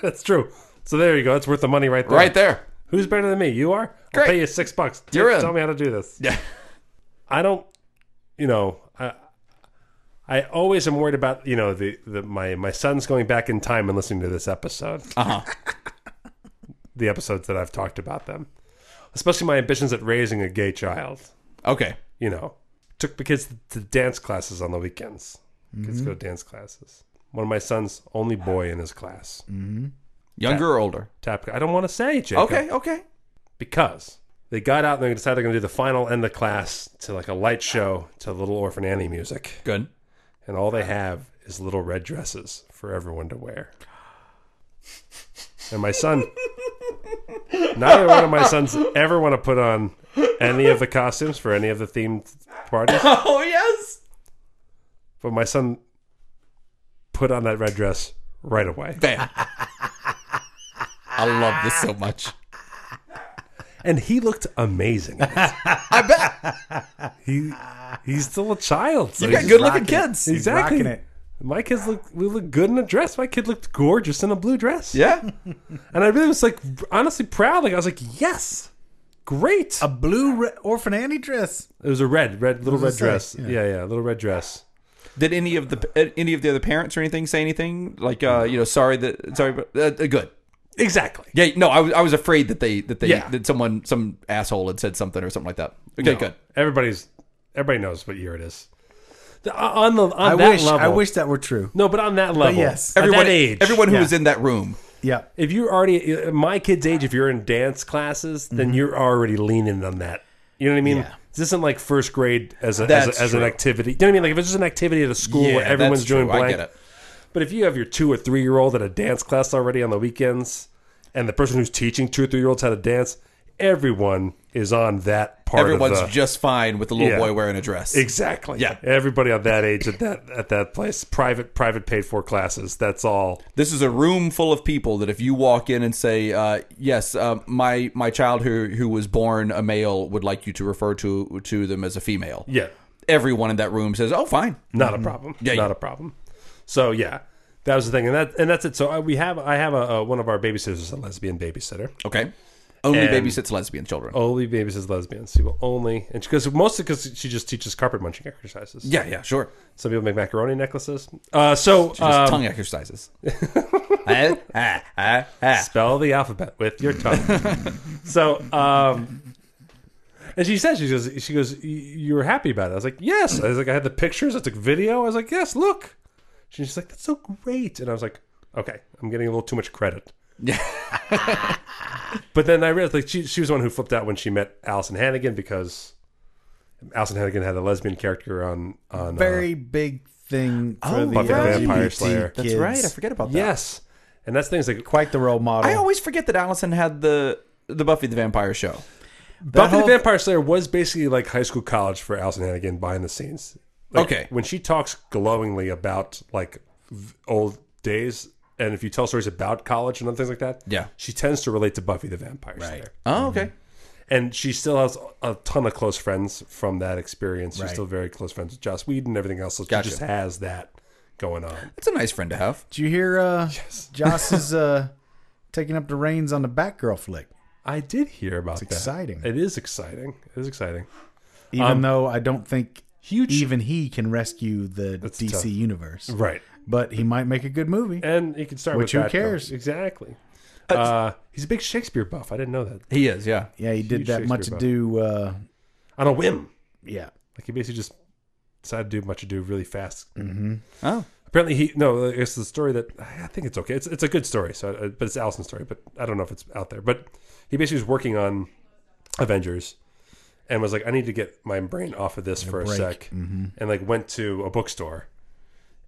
That's true. So there you go. That's worth the money right there. right there. Who's better than me? You are. Great. I'll pay you six bucks. Take- You're in. Tell me how to do this. Yeah. I don't. You know, I. I always am worried about you know the, the my my son's going back in time and listening to this episode. Uh huh. the episodes that I've talked about them, especially my ambitions at raising a gay child. Okay. You know, took the kids to dance classes on the weekends. Kids go to dance classes. One of my sons, only boy in his class. Younger or older? Tap. I don't want to say, Jacob, Okay. Okay. because they got out and they decided they're going to do the final end of class to like a light show to Little Orphan Annie music, Good. and all they have is little red dresses for everyone to wear. And my son, neither one of my sons ever want to put on any of the costumes for any of the themed parties. Oh yes. But my son put on that red dress right away. Bam. I love this so much. And he looked amazing. I bet. He, he's still a child. So You got he's- good looking rocking it. kids. He's exactly. rocking it. My kids look we look good in a dress. My kid looked gorgeous in a blue dress. Yeah. And I really was like honestly proud. Like I was like, yes. Great. A blue re- orphan Annie dress. It was a red, red little What red does it dress. say? Yeah. yeah, little red dress. Did any of the uh, any of the other parents or anything say anything like uh, you know sorry that sorry but uh, uh, good Exactly. yeah no I was I was afraid that they that they Yeah. that someone some asshole had said something or something like that okay No. good Everybody's everybody knows what year it is. The- uh, on the on I that wish level, I wish that were true. No, but on that level, yes. at everyone that age, everyone who Yeah. was in that room Yeah. if you're already uh, my kid's age, if you're in dance classes, then you're already leaning on that. You know what I mean? Yeah. This isn't like first grade as a, as, That's a, as an true. activity. You know what I mean? Like if it's just an activity at a school Yeah, where that's everyone's doing true. I blank. get it. But if you have your two or three year old at a dance class already on the weekends, and the person who's teaching two or three year olds how to dance, everyone is on that part. everyone's of the, just fine with the little Yeah. boy wearing a dress exactly. Yeah. everybody at that age at that at that place, private private paid for classes. That's all. This is a room full of people that if you walk in and say, uh, "Yes, uh, my my child who who was born a male would like you to refer to to them as a female." Yeah, Everyone in that room says, "Oh, fine." not a problem. Yeah, not yeah. a problem. So yeah, that was the thing, and that and that's it. So I, we have I have a, a one of our babysitters, a lesbian babysitter. Okay. Only And- Oh. babysits lesbian children. Only babysits lesbians. She will only and because mostly because she just teaches carpet munching exercises. Yeah, yeah, sure. Some people make macaroni necklaces. Uh, so Just um, tongue exercises. Ah, ah, ah, ah. spell the alphabet with your tongue. so, um, and she said, she goes, she goes, "Y- you were happy about it. I was like, yes. I was like, I had the pictures. I took video. I was like, yes, look. She's like, that's so great. And I was like, okay, I'm getting a little too much credit. Yeah. but then I realized like she, she was the one who flipped out when she met Allison Hannigan because Alison Hannigan had a lesbian character on on Very big thing for Oh, the Buffy the Vampire LGBT Slayer. That's kids. right. I forget about Uh, that. yes, and that's things like Quite the role model. I always forget that Allison had the the Buffy the Vampire show. Buffy whole- the Vampire Slayer was basically like high school college for Alison Hannigan behind the scenes. Like, Okay. when she talks glowingly about like v- old days, and if you tell stories about college and other things like that, Yeah. she tends to relate to Buffy the Vampire Slayer. Oh, okay. and she still has a ton of close friends from that experience. She's Right. still very close friends with Joss Whedon and everything else. So Gotcha. she just has that going on. That's a nice friend to have. Did you hear uh, Joss is uh, taking up the reins on the Batgirl flick? I did hear about that. exciting. It is exciting. It is exciting. Even though I don't think Huge. even he can rescue the DC tough. universe. Right. But he might make a good movie. And you can start Which with who that, though. cares? Exactly. Uh, he's a big Shakespeare buff. I didn't know that. He is, yeah. Yeah, he did Huge that much Shakespeare ado. Uh, On a whim. yeah. Like he basically just decided to do much ado really fast. Oh, Apparently he no, it's the story that I think it's okay. It's it's a good story. So, uh, but it's Allison's story. But I don't know if it's out there. But he basically was working on Avengers, and was like, I need to get my brain off of this for a Mm-hmm. break. sec, and like went to a bookstore,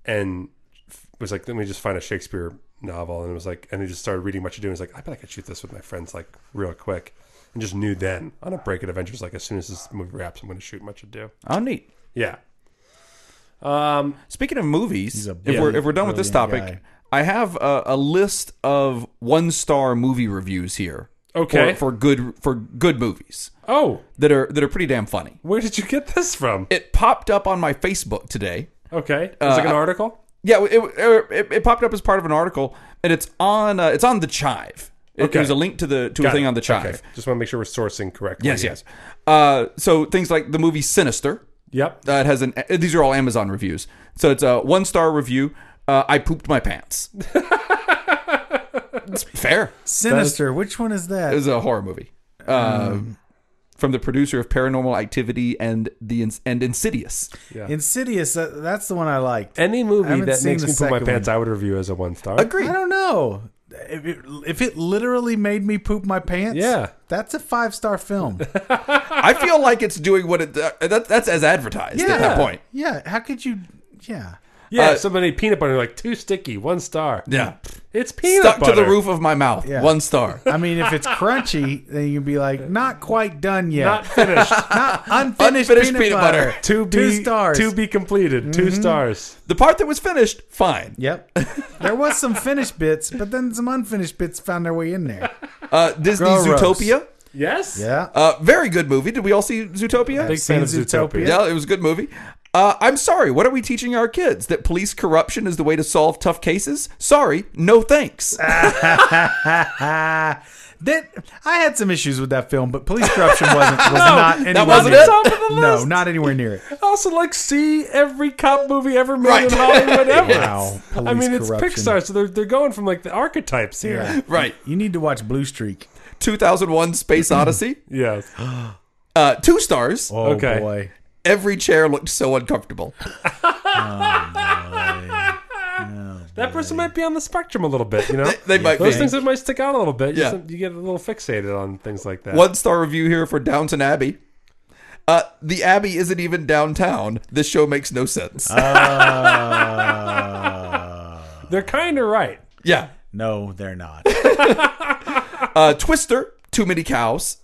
and f- was like, let me just find a Shakespeare novel, and it was like, and he just started reading Much Ado. And was like, I bet I could shoot this with my friends like real quick, and just knew then on a break at Avengers, like as soon as this movie wraps, I'm going to shoot Much Ado. oh, neat. Yeah. Um. Speaking of movies, a if we're if we're done with this topic, brilliant I have a, a list of one star movie reviews here. Okay. for, for good for good movies Oh. that are that are pretty damn funny. Where did you get this from? Uh, It popped up on my Facebook today. Okay, it's like an I- article. Yeah, it, it, it popped up as part of an article, and it's on uh, it's on the Chive. It, Okay. There's a link to the to a Got thing it. on the Chive. Okay, just want to make sure we're sourcing correctly. Yes, yes. Uh, so things like the movie Sinister. Yep. Uh, it has an. uh, These are all Amazon reviews. So it's a one star review. Uh, I pooped my pants. it's fair. Sinister. which one is that? It was a horror movie. Uh, Mm. From the producer of Paranormal Activity and the Ins- and Insidious. Insidious. That, that's the one I liked. Any I movie haven't that seen makes the me put my second pants, one. I would review as a one star. I don't know. If it, if it literally made me poop my pants, Yeah. that's a five star film. I feel like it's doing what it. Uh, that, that's as advertised at that point. Yeah. How could you? Yeah. Yeah, Uh, somebody peanut butter like too sticky, one star. Yeah. it's peanut Stuck butter. to the roof of my mouth. Yeah. One star. I mean, if it's crunchy, then you can be like, not quite done yet. Not finished. Not unfinished, Unfinished peanut, peanut butter. butter. to be Two stars. Mm-hmm. To be completed. Two stars. the part that was finished, fine. Yep. There was some finished bits, but then some unfinished bits found their way in there. Uh, Disney's Gross. Zootopia. Yes. Yeah. Uh, very good movie. Did we all see Zootopia? Big fan of Zootopia. Yeah, it was a good movie. Uh, I'm sorry. What are we teaching our kids? That police corruption is the way to solve tough cases? Sorry, no thanks. Ah, that I had some issues with that film, but police corruption wasn't was not anywhere wasn't near it? Top of the No, list. not anywhere near it. Also, like, see every cop movie ever made Right. in Hollywood ever. Wow, I mean, police it's corruption. Pixar, so they're they're going from like the archetypes here. Yeah. right. You need to watch Blue Streak. 2001 Space Odyssey. Yes. Uh, two stars. Oh Okay. boy. Every chair looked so uncomfortable. That person might be on the spectrum a little bit, you know. They might Those be. things that might stick out a little bit. Yeah. You, you get a little fixated on things like that. One star review here for Downton Abbey. Uh, the Abbey isn't even downtown. This show makes no sense. Ah. They're kind of right. yeah. No, they're not. Uh, Twister, Too Many Cows.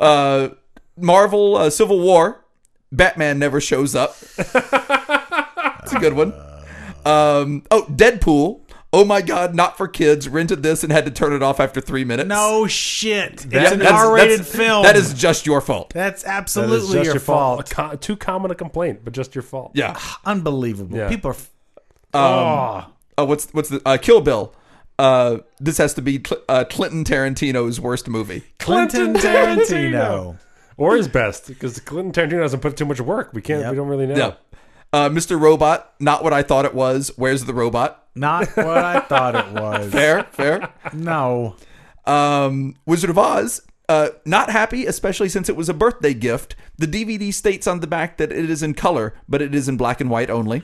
Uh, Marvel, uh, Civil War. Batman never shows up. It's a good one. Um, oh, Deadpool. Oh my God, not for kids. Rented this and had to turn it off after three minutes. No shit. Yeah, it's an R-rated that's- film. That is just your fault. that's That is absolutely just your, fault. A co- too common a complaint, but just your fault. Yeah. Unbelievable. Yeah. People are. f- Uh, what's what's the uh, Kill Bill? Uh, this has to be Cl- uh, Clinton Tarantino's worst movie. Clinton Clinton Tarantino. Or his best, because Clinton Tarantino doesn't put too much work. We can't. Yep. We don't really know. Yeah. Uh, Mr. Robot, not what I thought it was. Where's the robot? Not what I thought it was. Fair, fair. No. Um, Wizard of Oz, uh, not happy, especially since it was a birthday gift. The DVD states on the back that it is in color, but it is in black and white only.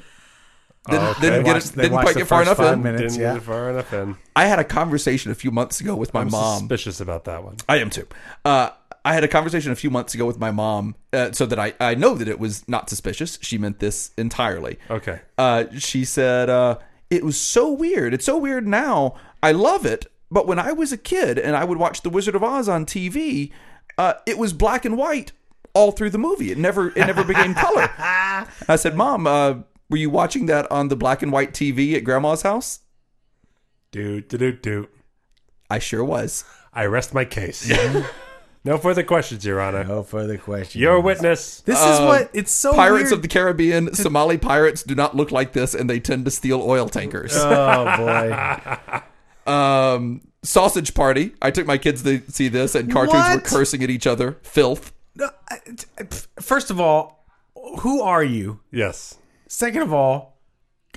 Didn't, didn't, get, watched- it- they didn't watched quite the get far first enough five in. minutes. Didn't Yeah. get far enough in. I had a conversation a few months ago with my I'm mom. suspicious about that one. I am too. Uh, I had a conversation a few months ago with my mom, uh, so that I, I know that it was not suspicious. She meant this entirely. Okay. Uh, she said, uh, It was so weird. It's so weird now. I love it. But when I was a kid and I would watch The Wizard of Oz on TV, uh, it was black and white all through the movie. It never it never became color. I said, Mom, uh, were you watching that on the black and white TV at Grandma's house? Doot, doot, doot, doot. I sure was. I rest my case. no further questions, Your Honor. No further questions. Your witness. This is what it's so Pirates Oh, weird. of the Caribbean, Somali pirates do not look like this, and they tend to steal oil tankers. Oh boy. Um, sausage Party. I took my kids to see this, and cartoons were What? cursing at each other. Filth. No, I- I- First of all, who are you? Yes. Second of all,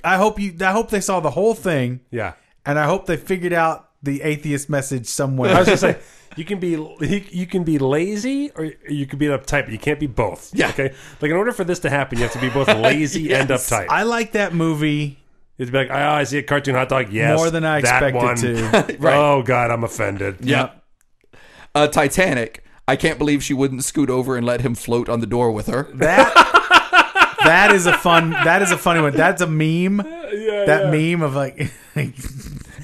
I hope you I hope they saw the whole thing Yeah. and I hope they figured out the atheist message I somewhere. was gonna say you can be you, you can be lazy or you can be uptight, but you can't be both. Yeah. Okay. Like in order for this to happen, you have to be both lazy and uptight. I like that movie. You'd be like, oh, I see a cartoon hot dog. Yes, More than I that expected one. to. Right. Oh God, I'm offended. Uh, Titanic. I can't believe she wouldn't scoot over and let him float on the door with her. That that is a fun that is a funny one. That's a meme. that meme of like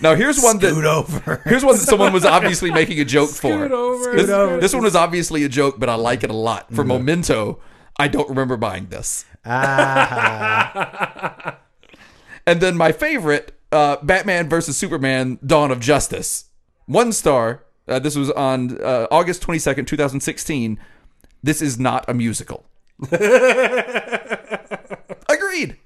Now here's one that scoot over. here's one that someone was obviously making a joke for. over, This, scoot over. this one was obviously a joke, but I like it a lot. For Memento, I don't remember buying this. Ah. and then my favorite, uh, Batman versus Superman: Dawn of Justice. One star. Uh, this was on uh, August twenty second, two thousand sixteen. This is not a musical. Agreed.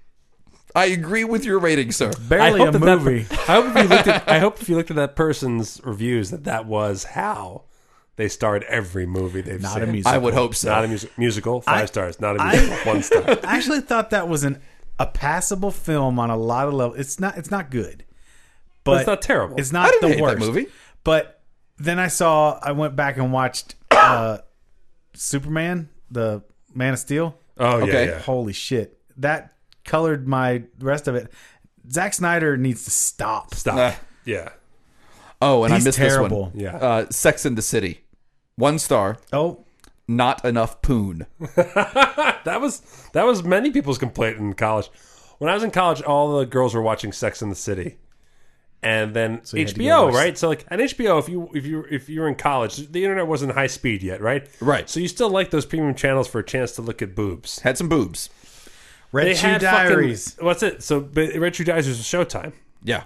I agree with your rating, sir. Barely a that movie. That, I hope if you looked at I hope if you looked at that person's reviews that that was how they starred every movie they've Not seen. a musical. I would hope so. Not a music, musical. Five stars. Not a musical. one star. I actually thought that was an a passable film on a lot of levels. It's not it's not good. But, it's not terrible. It's not I didn't the hate that worst movie. But then I saw I went back and watched uh, Superman, the Man of Steel. Oh yeah, Okay. yeah. Holy shit. That colored my rest of it. Zack Snyder needs to stop. Stop. Nah. Yeah. Oh, and He's I missed terrible. this one. Yeah. Uh, Sex in the City. One star. Oh, Not enough poon. That was that was many people's complaint in college. When I was in college, all the girls were watching Sex in the City, and then you had to go HBO, watch- right? So like on HBO, if you if you if you were in college, the internet wasn't high speed yet, right? Right. So you still like those premium channels for a chance to look at boobs. Had some boobs. Red Shoe Diaries. Fucking, what's it? So but Red Shoe Diaries was Showtime. Yeah.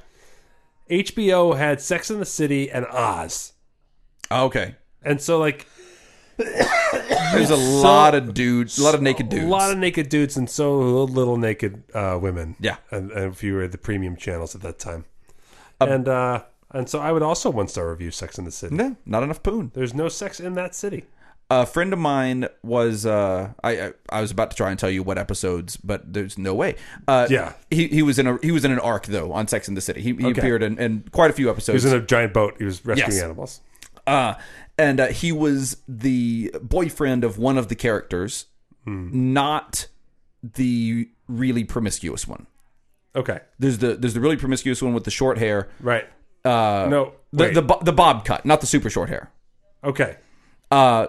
HBO had Sex in the City and Oz, Ah, Okay. and so like There's a lot of dudes, a lot of naked dudes. A lot of naked dudes and so little naked uh, women. Yeah. and, and if you were the premium channels at that time, and uh, and so I would also one star review Sex in the City. Um, no, not enough poon. There's no sex in that city. A friend of mine was. Uh, I, I I was about to try and tell you what episodes, but there's no way. Uh, Yeah. He, he was in a he was in an arc though on Sex in the City. He, he Okay. appeared in, in quite a few He episodes. was in a giant boat. He was rescuing Yes. animals. Uh, and uh, he was the boyfriend of one of the characters, not the really promiscuous one. Okay, There's the there's the really promiscuous one with the short hair. right. Uh, No, the wait. the bo- the bob cut, not the super short hair. Okay, Uh,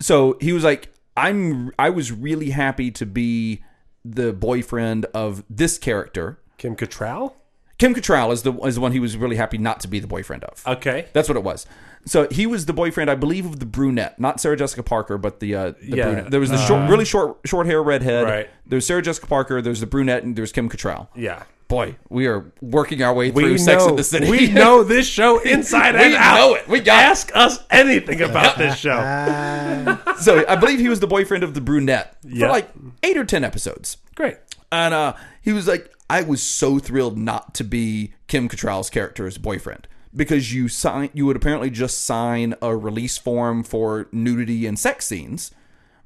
so he was like, I'm I was really happy to be the boyfriend of this character. Kim Cattrall. Kim Cattrall is the is the one he was really happy not to be the boyfriend of. Okay, That's what it was. So he was the boyfriend, I believe, of the brunette, not Sarah Jessica Parker, but the, uh, the Yeah. Uh-huh. brunette. There was the short, really short, short hair redhead. Right. There's Sarah Jessica Parker. There's the brunette, and there's Kim Cattrall. yeah. Boy, we are working our way through We Sex know, in the City. we know this show inside We and out. know it. We got it. Ask us anything about this show. so I believe he was the boyfriend of the brunette Yeah. for like eight or ten episodes, Great. and uh, he was like, I was so thrilled not to be Kim Cattrall's character's boyfriend because you sign you would apparently just sign a release form for nudity and sex scenes,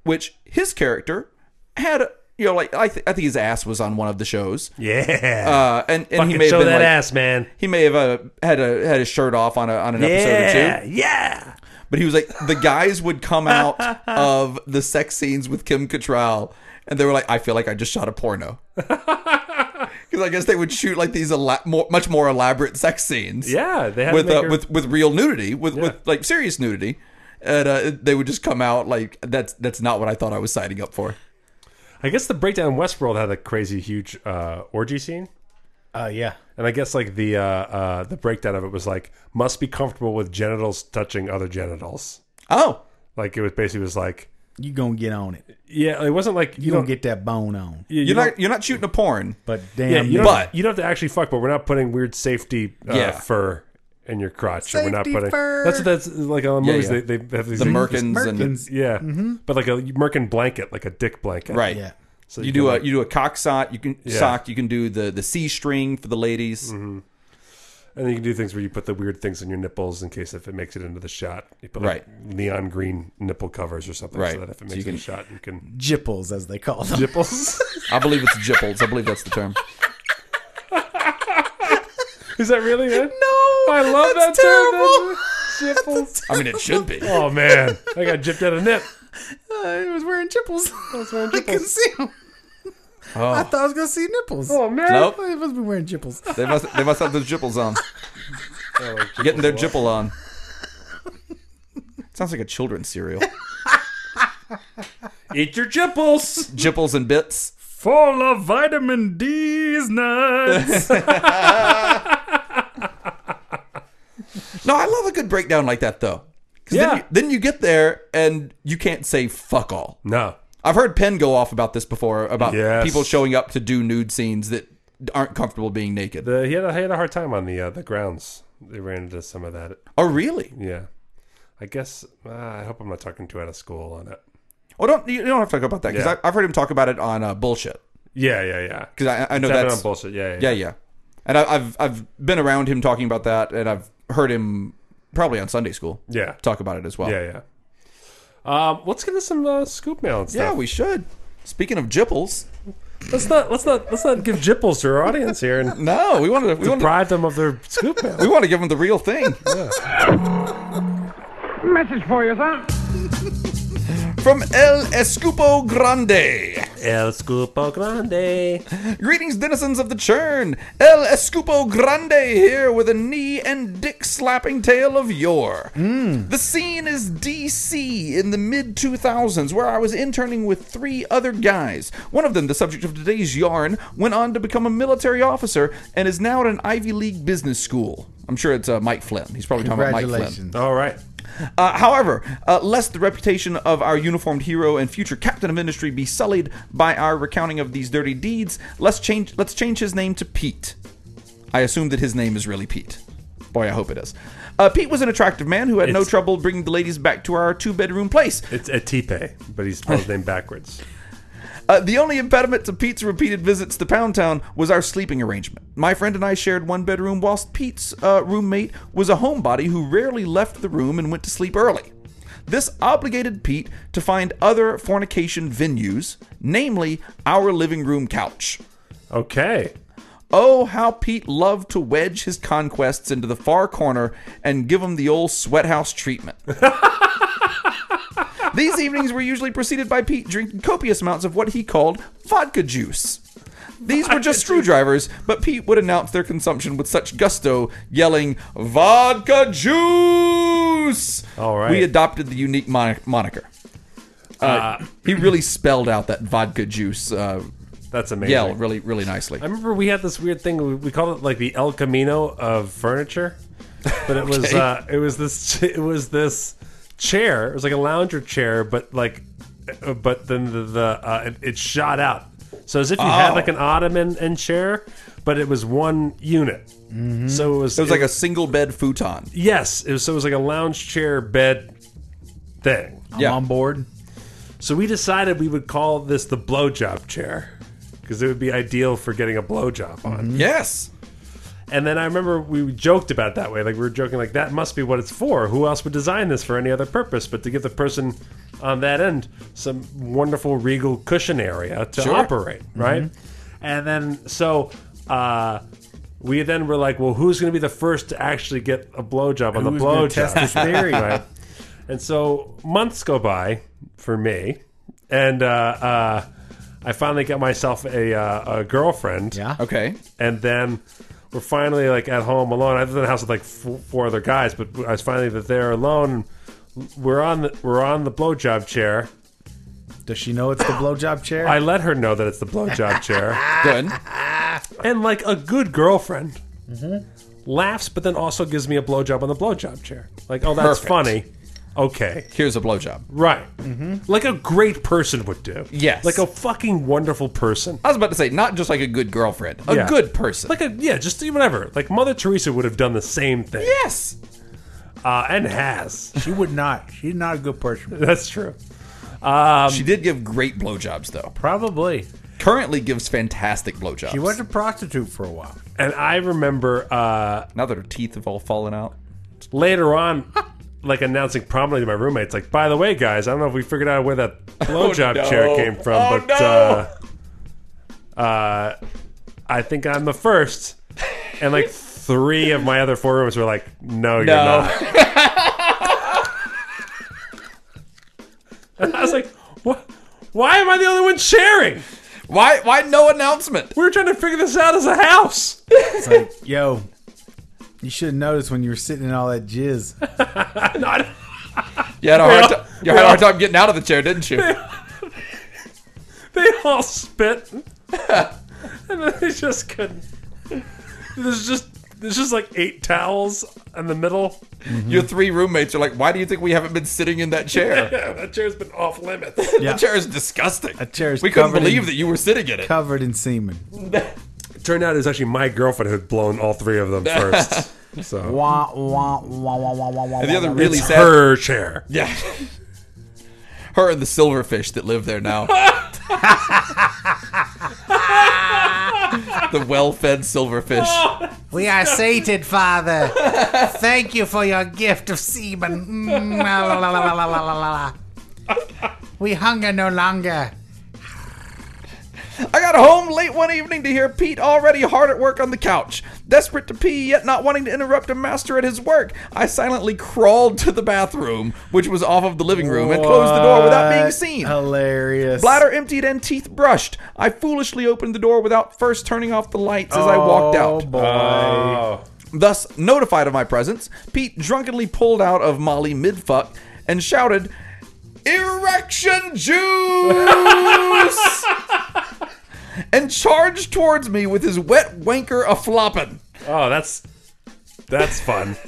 which his character had. You know, like I, th- I think his ass was on one of the shows, Yeah. uh, and and he Fucking may show have been that like, ass, man. he may have uh, had a had his shirt off on a, on an episode or two. yeah. But he was like, the guys would come out of the sex scenes with Kim Cattrall, and they were like, I feel like I just shot a porno. Because I guess they would shoot like these ela- more, much more elaborate sex scenes. Yeah, they had to with make uh, her- with with real nudity, with Yeah. with like serious nudity, and uh, they would just come out like that's that's not what I thought I was signing up for. I guess the breakdown in Westworld had a crazy huge uh, orgy scene. Uh, yeah. And I guess like the uh, uh, the breakdown of it was like must be comfortable with genitals touching other genitals. Oh, Like it was basically was like You gonna get on it. yeah, it wasn't like you, You don't gonna get get that bone on. you, you're don't- not you're not shooting a porn. But yeah, damn, you don't, me. But- you don't have to actually fuck, but we're not putting weird safety uh, Yeah. fur in your crotch. or we're not Safety putting fur. that's what that's like on movies yeah. They, they have these The like, merkins, and Merkins. yeah, but like a merkin blanket, like a dick blanket, right. Yeah. So You can, do a like- you do a cock sock. You can Yeah. sock. You can do the the C string for the ladies. And you can do things where you put the weird things on your nipples in case if it makes it into the shot. You put like neon green nipple covers or something so Right. that if it So makes you it in can- the shot, you can Jipples as they call them. nipples. I believe it's jipples. I believe that's the term. Is that really it? No, I love that's that terrible. Nipples. I mean, it should be. Oh man, I got gypped out of nip. Uh, I was wearing jipples. I was wearing I couldn't jipples. see 'em. I Oh, thought I was gonna see nipples. Oh man. Nope. I must be wearing jipples. they must they must have those jipples on. Getting their jipple on. Sounds like a children's cereal. Eat your jipples. Jipples and bits. Full of vitamin D's nuts. No, I love a good breakdown like that though. 'Cause Yeah. Then, you, then you get there and you can't say fuck all. No. I've heard Penn go off about this before about Yes. people showing up to do nude scenes that aren't comfortable being naked. The, Uh, he, had a, he had a hard time on the uh, the grounds. They ran into some of that. oh, really? Yeah. I guess uh, I hope I'm not talking too out of school on it. Oh, don't you don't have to talk about that because Yeah. I've heard him talk about it on uh, bullshit. Yeah, yeah, yeah. Because I, I know Tapping that's on bullshit. Yeah, yeah, yeah. yeah. And I, I've I've been around him talking about that, and I've heard him probably on Sunday school yeah. talk about it as well. Yeah, yeah. Um, let's get into some uh, scoop mail and Yeah, stuff. we should. Speaking of jipples, let's not let's not let's not give jipples to our audience here and no, we wanted to, we wanted to, deprive them of their scoop we mail. want to give him the real thing. Message for you, son. From El Escupo Grande. El Scupo Grande. Greetings, denizens of the churn. El Escupo Grande here with a knee and dick slapping tale of yore. The scene is DC in the mid 2000s, where I was interning with three other guys. One of them, the subject of today's yarn, went on to become a military officer and is now at an Ivy League business school. I'm sure it's uh, Mike Flynn. He's probably talking about Mike Flynn. Congratulations. All right. Uh, however, uh, lest the reputation of our uniformed hero and future captain of industry be sullied by our recounting of these dirty deeds, let's change let's change his name to Pete. I assume that his name is really Pete. Boy, I hope it is. Uh, Pete was an attractive man who had no It's- trouble bringing the ladies back to our two bedroom place. It's Atipe, but he's spelled his name backwards. Uh, the only impediment to Pete's repeated visits to Pound Town was our sleeping arrangement. My friend and I shared one bedroom, whilst Pete's uh, roommate was a homebody who rarely left the room and went to sleep early. This obligated Pete to find other fornication venues, namely our living room couch. Okay. Oh, how Pete loved to wedge his conquests into the far corner and give them the old sweathouse treatment. These evenings were usually preceded by Pete drinking copious amounts of what he called vodka juice. These were just screwdrivers, but Pete would announce their consumption with such gusto, yelling, Vodka juice! All right. We adopted the unique mon- moniker. Uh, he really spelled out that vodka juice uh, That's amazing. yell really, really nicely. I remember we had this weird thing. We, we called it like the El Camino of furniture, but it was uh, it was this it was this chair. It was like a lounger chair, but like uh, but then the, the uh, it, it shot out. So as if you had Oh. like an ottoman and chair, but it was one unit. So it was Mm-hmm. It was like a single bed futon. yes. It was so it was like a lounge chair bed thing. I'm Yeah. on board. So we decided we would call this the blowjob chair because it would be ideal for getting a blowjob on. Yes. And then I remember we joked about it that way. Like, we were joking, like, that must be what it's for. Who else would design this for any other purpose but to give the person on that end some wonderful regal cushion area to Sure. operate, Mm-hmm. right? And then, so, uh, we then were like, well, who's going to be the first to actually get a blowjob on the Who's gonna blowjob? test this theory? right? And so, months go by for me, and, uh, uh, I finally got myself a, uh, a girlfriend Yeah. Okay. and then we're finally like at home alone. I was in the house with like four, four other guys, but I was finally there alone. we're on the we're on the blowjob chair. Does she know it's the blowjob chair? I let her know that it's the blowjob chair, Good. and like a good girlfriend, Mm-hmm. laughs, but then also gives me a blowjob on the blowjob chair. Like, oh, that's Perfect. funny. Okay, Here's a blowjob. right. Like a great person would do. Mm-hmm. Yes. Like a fucking wonderful person. I was about to say, not just like a good girlfriend, a Yeah. good person. Like a yeah, just do whatever. Like Mother Teresa would have done the same thing, yes. uh, and has. she would not. She's not a good person. That's true. Um, she did give great blowjobs, though. Probably. Currently gives fantastic blowjobs. She was a prostitute for a while. And I remember uh, Now that her teeth have all fallen out. later on, like announcing prominently to my roommates, like, by the way, guys, I don't know if we figured out where that blowjob Oh, no. chair came from, Oh, but uh, uh, I think I'm the first. And like three of my other four roommates were like, no, you're not. And I was like, what? Why am I the only one sharing? Why? Why no announcement? We were trying to figure this out as a house. It's like, yo, you should have noticed when you were sitting in all that jizz. No, I don't- You had a hard, Well, ti- you had a hard time getting out of the chair, didn't you? They all spit, and then they just couldn't. There's just there's just like eight towels in the middle. Your three roommates are like, "Why do you think we haven't been sitting in that chair? Yeah, that chair's been off limits. Yeah. That chair is disgusting. That chair is we couldn't covered believe in- that you were sitting in it. Covered in semen. Turned out it was actually my girlfriend who'd blown all three of them first. So Wah, wah, wah, wah, wah, wah, wah, wah, And the other wah. really it's sad, her chair. yeah, her and the silverfish that live there now. the well-fed silverfish. We are sated, Father. Thank you for your gift of semen. Mm, la, la, la, la, la, la, la, la. We hunger no longer. I got home late one evening to hear Pete already hard at work on the couch. Desperate to pee, yet not wanting to interrupt a master at his work, I silently crawled to the bathroom, which was off of the living room, and closed the door without being What? seen. Hilarious. Bladder emptied and teeth brushed. I foolishly opened the door without first turning off the lights as I walked Oh, out. boy. Thus, notified of my presence, Pete drunkenly pulled out of Molly mid fuck and shouted, Erection juice! and charged towards me with his wet wanker a floppin'. Oh, that's that's fun.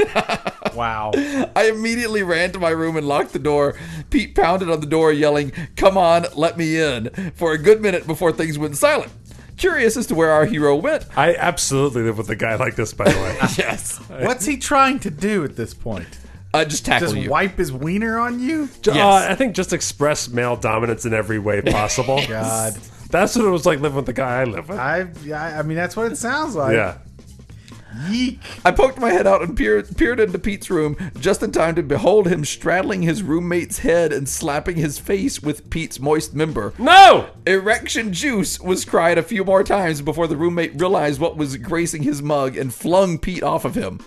Wow. I immediately ran to my room and locked the door. Pete pounded on the door, yelling, Come on, let me in, for a good minute before things went silent. Curious as to where our hero went, I absolutely live with a guy like this. By the way, yes, What's he trying to do at this point? I just tackle Just you. wipe his wiener on you? J- Yes. uh, I think just express male dominance in every way possible. God. That's what it was like living with the guy I live with. I, I, I mean, that's what it sounds like. yeah. Yeek. I poked my head out and peered, peered into Pete's room just in time to behold him straddling his roommate's head and slapping his face with Pete's moist member. No. Erection juice was cried a few more times before the roommate realized what was gracing his mug and flung Pete off of him.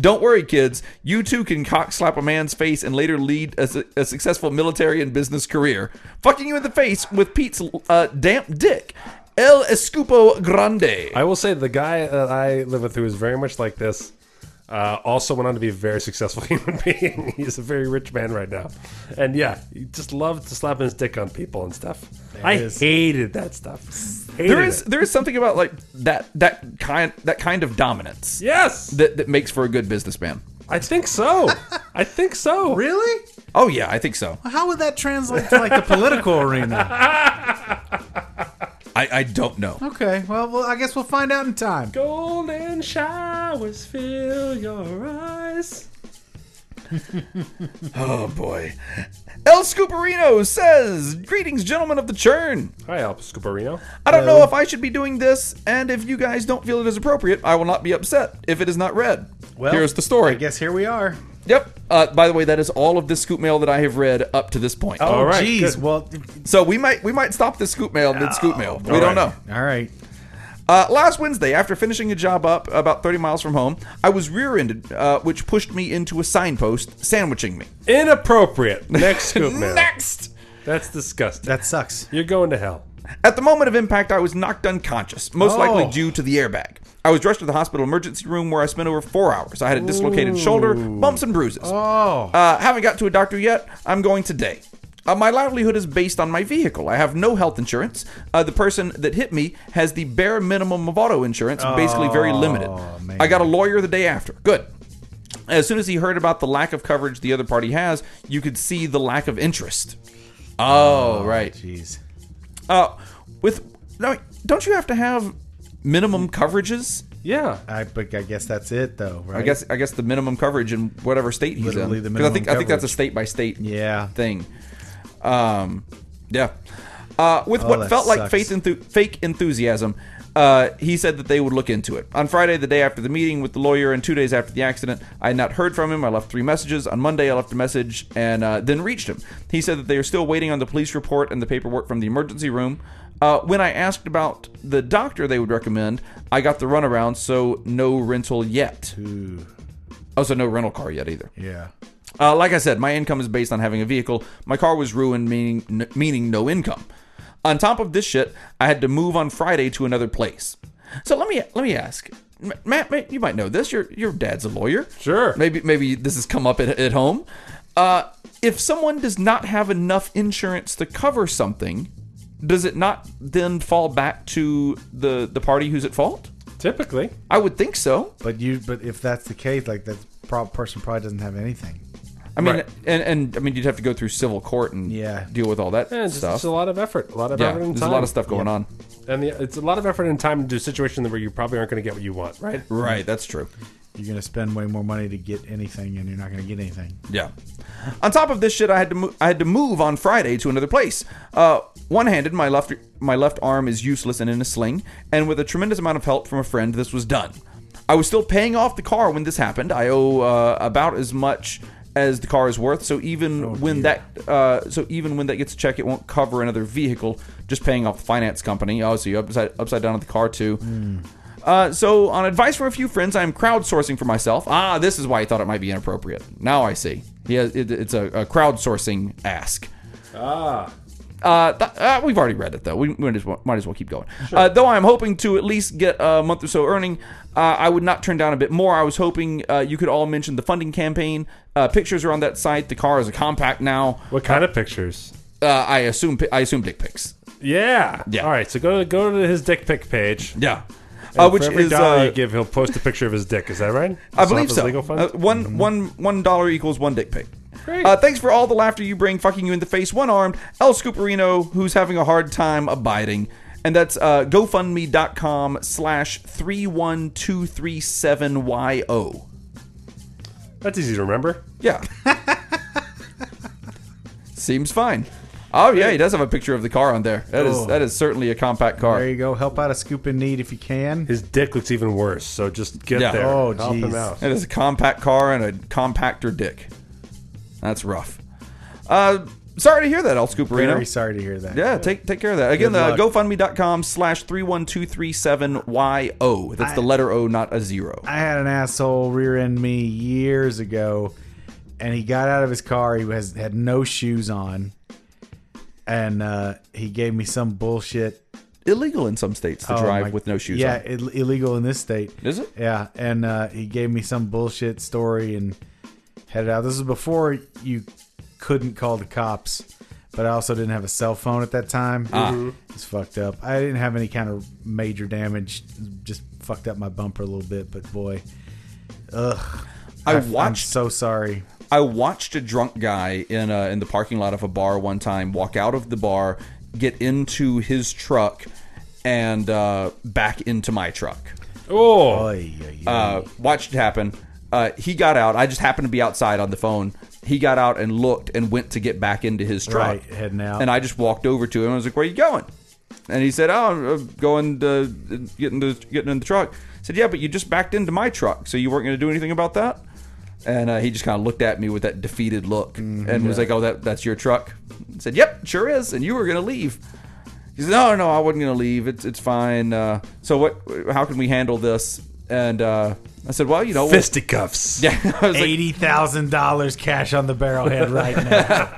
Don't worry, kids. You too can cock slap a man's face and later lead a, su- a successful military and business career. Fucking you in the face with Pete's uh, damp dick. El Escupo Grande. I will say the guy that I live with who is very much like this uh, also went on to be a very successful human being. He's a very rich man right now. And yeah, he just loved to slap his dick on people and stuff. I is. hated that stuff. Hated There is it. there is something about like that that kind that kind of dominance Yes. that, that makes for a good businessman. I think so. I think so. Really? Oh yeah, I think so. How would that translate to like the political arena? I, I don't know. Okay, well, well, I guess we'll find out in time. Golden showers fill your eyes. Oh boy. El Scooperino says, Greetings, gentlemen of the churn. Hi, Al Scuparino. I don't know if I should be doing this, and if you guys don't feel it is appropriate, I will not be upset if it is not read. Well, Here's the story. I guess here we are. Yep. Uh, by the way, that is all of the scoop mail that I have read up to this point. All right, Jeez. good. Oh, Well, So we might we might stop this scoop mail mid scoop mail. we don't know. Oh. all right. Uh, last Wednesday, after finishing a job up about 30 miles from home, I was rear-ended, uh, which pushed me into a signpost, sandwiching me. Inappropriate. Next scoop, man. Next! That's disgusting. That sucks. You're going to hell. At the moment of impact, I was knocked unconscious, most Oh. likely due to the airbag. I was rushed to the hospital emergency room where I spent over four hours. I had a dislocated shoulder, bumps and bruises. Oh. Uh, haven't got to a doctor yet. I'm going today. Uh, my livelihood is based on my vehicle. I have no health insurance. Uh, the person that hit me has the bare minimum of auto insurance, basically very limited. Oh, I got a lawyer the day after. Good. As soon as he heard about the lack of coverage the other party has, you could see the lack of interest. Oh, right. Jeez. Uh, with no, don't you have to have minimum coverages? Yeah. I, but I guess that's it, though, right? I guess I guess the minimum coverage in whatever state he's Literally in. the 'Cause I minimum think I think that's a coverage. state by state Yeah. thing. Um, yeah. Uh, with Oh, that what felt like sucks. faith enthu- fake enthusiasm, uh, he said that they would look into it. On Friday, the day after the meeting with the lawyer, and two days after the accident, I had not heard from him. I left three messages. On Monday, I left a message and uh, then reached him. He said that they are still waiting on the police report and the paperwork from the emergency room. Uh, when I asked about the doctor they would recommend, I got the runaround, so no rental yet. Oh, so no rental car yet either. Yeah. Uh, like I said, my income is based on having a vehicle. My car was ruined, meaning n- meaning no income. On top of this shit, I had to move on Friday to another place. So let me let me ask, M- Matt, ma- you might know this. Your your dad's a lawyer. Sure. Maybe maybe this has come up at, at home. Uh, if someone does not have enough insurance to cover something, does it not then fall back to the the party who's at fault? Typically. I would think so. But you, but if that's the case, like that pro- person probably doesn't have anything. I mean, Right. and, and I mean, you'd have to go through civil court and Yeah. deal with all that Yeah, it's, just, stuff. it's a lot of effort. A lot of yeah, effort and there's time. a lot of stuff going on. And the, it's a lot of effort and time to a situation where you probably aren't going to get what you want, right? Right, that's true. You're gonna spend way more money to get anything, and you're not gonna get anything. Yeah. On top of this shit, I had to mo- I had to move on Friday to another place. Uh, one-handed, my left my left arm is useless and in a sling, and with a tremendous amount of help from a friend, this was done. I was still paying off the car when this happened. I owe uh, about as much as the car is worth, so even Oh, when that uh, so even when that gets a check, it won't cover another vehicle. Just paying off the finance company. Oh, so you upside upside down on the car Mm. too. Uh, so, on advice from a few friends, I am crowdsourcing for myself. Ah, this is why he thought it might be inappropriate. Now I see. He has, it, it's a, a crowdsourcing ask. Ah. Uh, th- uh, we've already read it though. We might as well, might as well keep going. Uh, though I am hoping to at least get a month or so earning, uh, I would not turn down a bit more. I was hoping uh, you could all mention the funding campaign. Uh, pictures are on that site. The car is a compact now. What kind of pictures? Uh, I assume pi- I assume dick pics. Yeah. Yeah. All right. So go to go to his dick pic page. Yeah, uh, And which for every is dollar you uh, give, he'll post a picture of his dick. Is that right? I Some of believe his so. Legal fund? Mm-hmm. Uh, one one one dollar equals one dick pic. Great. Uh, thanks for all the laughter you bring, fucking you in the face, one armed El Scooperino, who's having a hard time abiding. And that's uh, GoFundMe.com slash 31237YO. That's easy to remember. Yeah. Seems fine. Oh, yeah, he does have a picture of the car on there. That is Oh. that is certainly a compact car. There you go. Help out a scoop in need if you can. His dick looks even worse. So just get Yeah. there. Oh, Help him jeez. out. It is a compact car and a compactor dick. That's rough. Uh, sorry to hear that, El Scooperino. Very sorry to hear that. Yeah, take take care of that. Again, uh, luck. GoFundMe.com slash 31237YO. That's the letter O, not a zero. I had an asshole rear end me years ago, and he got out of his car. He was had no shoes on, and uh, he gave me some bullshit Illegal in some states to Oh, drive my- with no shoes yeah, on. ill- illegal in this state. Is it? Yeah, and uh, he gave me some bullshit story and headed out. This was before you couldn't call the cops, but I also didn't have a cell phone at that time. Ah. It's fucked up. I didn't have any kind of major damage. Just fucked up my bumper a little bit, but boy, ugh. I I've- I'm watched so sorry. I watched a drunk guy in uh in the parking lot of a bar one time walk out of the bar, get into his truck, and uh, back into my truck. Oh, Oy, oy, oy. uh, watched it happen. Uh, he got out. I just happened to be outside on the phone. He got out and looked and went to get back into his truck. Right, heading out. And I just walked over to him. and I was like, "Where you going?" And he said, "Oh, I'm uh, going to getting the getting in the truck." I said, "Yeah, but you just backed into my truck, so you weren't going to do anything about that." And uh, he just kind of looked at me with that defeated look and was like, "Oh, that that's your truck." I said, "Yep, sure is." And you were going to leave. He said, "No, no, I wasn't gonna leave. It's it's fine. Uh, so what? How can we handle this?" And uh, I said, "Well, you know, we'll-" fisticuffs. yeah." I was like, Eighty thousand dollars cash on the barrelhead right now.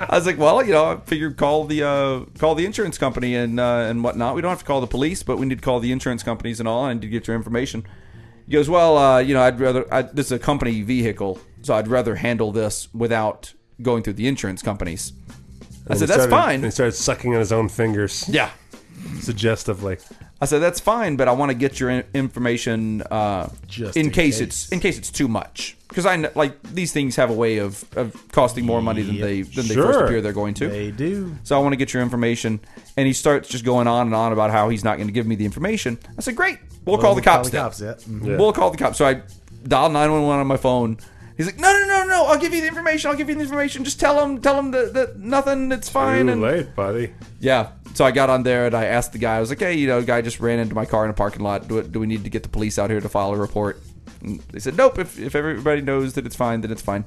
I was like, well, you know, I figured call the uh, call the insurance company and uh, and whatnot. We don't have to call the police, but we need to call the insurance companies and all, and to get your information. He goes, well, uh, you know, I'd rather I, this is a company vehicle, so I'd rather handle this without going through the insurance companies. I said, he that's started- fine. And he started sucking on his own fingers yeah, suggestively. I said that's fine, but I want to get your in- information uh, Just in, in case, case. it's in case it's too much because I kn- like these things have a way of, of costing more money than they than they first Sure. appear they're going to. They do. So I want to get your information, and he starts just going on and on about how he's not going to give me the information. I said, great, we'll, call the cops. then. yeah. Mhm. We'll call the cops. So I dial nine one one on my phone. He's like, no, no, no, no! I'll give you the information. I'll give you the information. Just tell him, tell him that, that nothing. It's fine. Too and late, buddy. yeah. So I got on there and I asked the guy. I was like, "Hey, you know, guy just ran into my car in a parking lot. Do, do we need to get the police out here to file a report?" And they said, "Nope. If, if everybody knows that it's fine, then it's fine."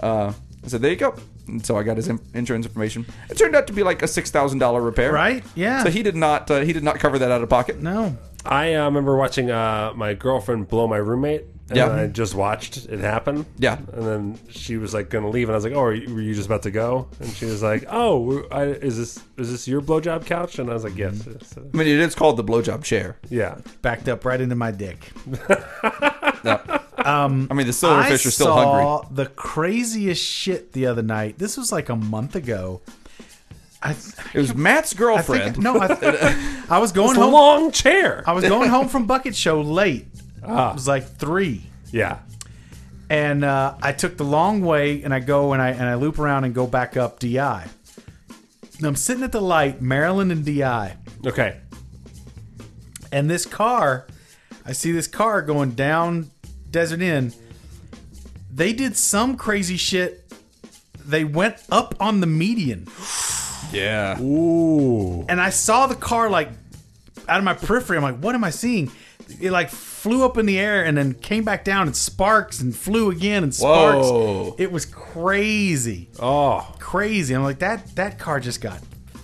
Uh, I said, "There you go." And so I got his in- insurance information. It turned out to be like a six thousand dollar repair. Right? Yeah. So he did not uh, he did not cover that out of pocket. No. I uh, remember watching uh, my girlfriend blow my roommate. And Yeah. I just watched it happen. Yeah. And then she was like going to leave, and I was like, "Oh, are you, were you just about to go?" And she was like, "Oh, we're- I, is this is this your blowjob couch?" And I was like, "Yes." Mm-hmm. It's, uh, I mean, it is called the blowjob chair. yeah. Backed up right into my dick. Um, I mean, the silverfish I are still hungry. saw the craziest shit the other night. This was like a month ago. I, It was Matt's I think girlfriend. no, I, I was going It's a home. long chair. I Oh. was going home from Bucket Show late. Ah. It was like three. Yeah. and uh, I took the long way, and I go and I and I loop around and go back up Di. And I'm sitting at the light, Maryland and Di, Okay. and this car, I see this car going down Desert Inn. They did some crazy shit. They went up on the median, yeah. Ooh. and I saw the car like out of my periphery. I'm like, what am I seeing? It like flew up in the air and then came back down and sparks and flew again and sparks. Whoa. It was crazy. Oh. crazy. I'm like that that car just got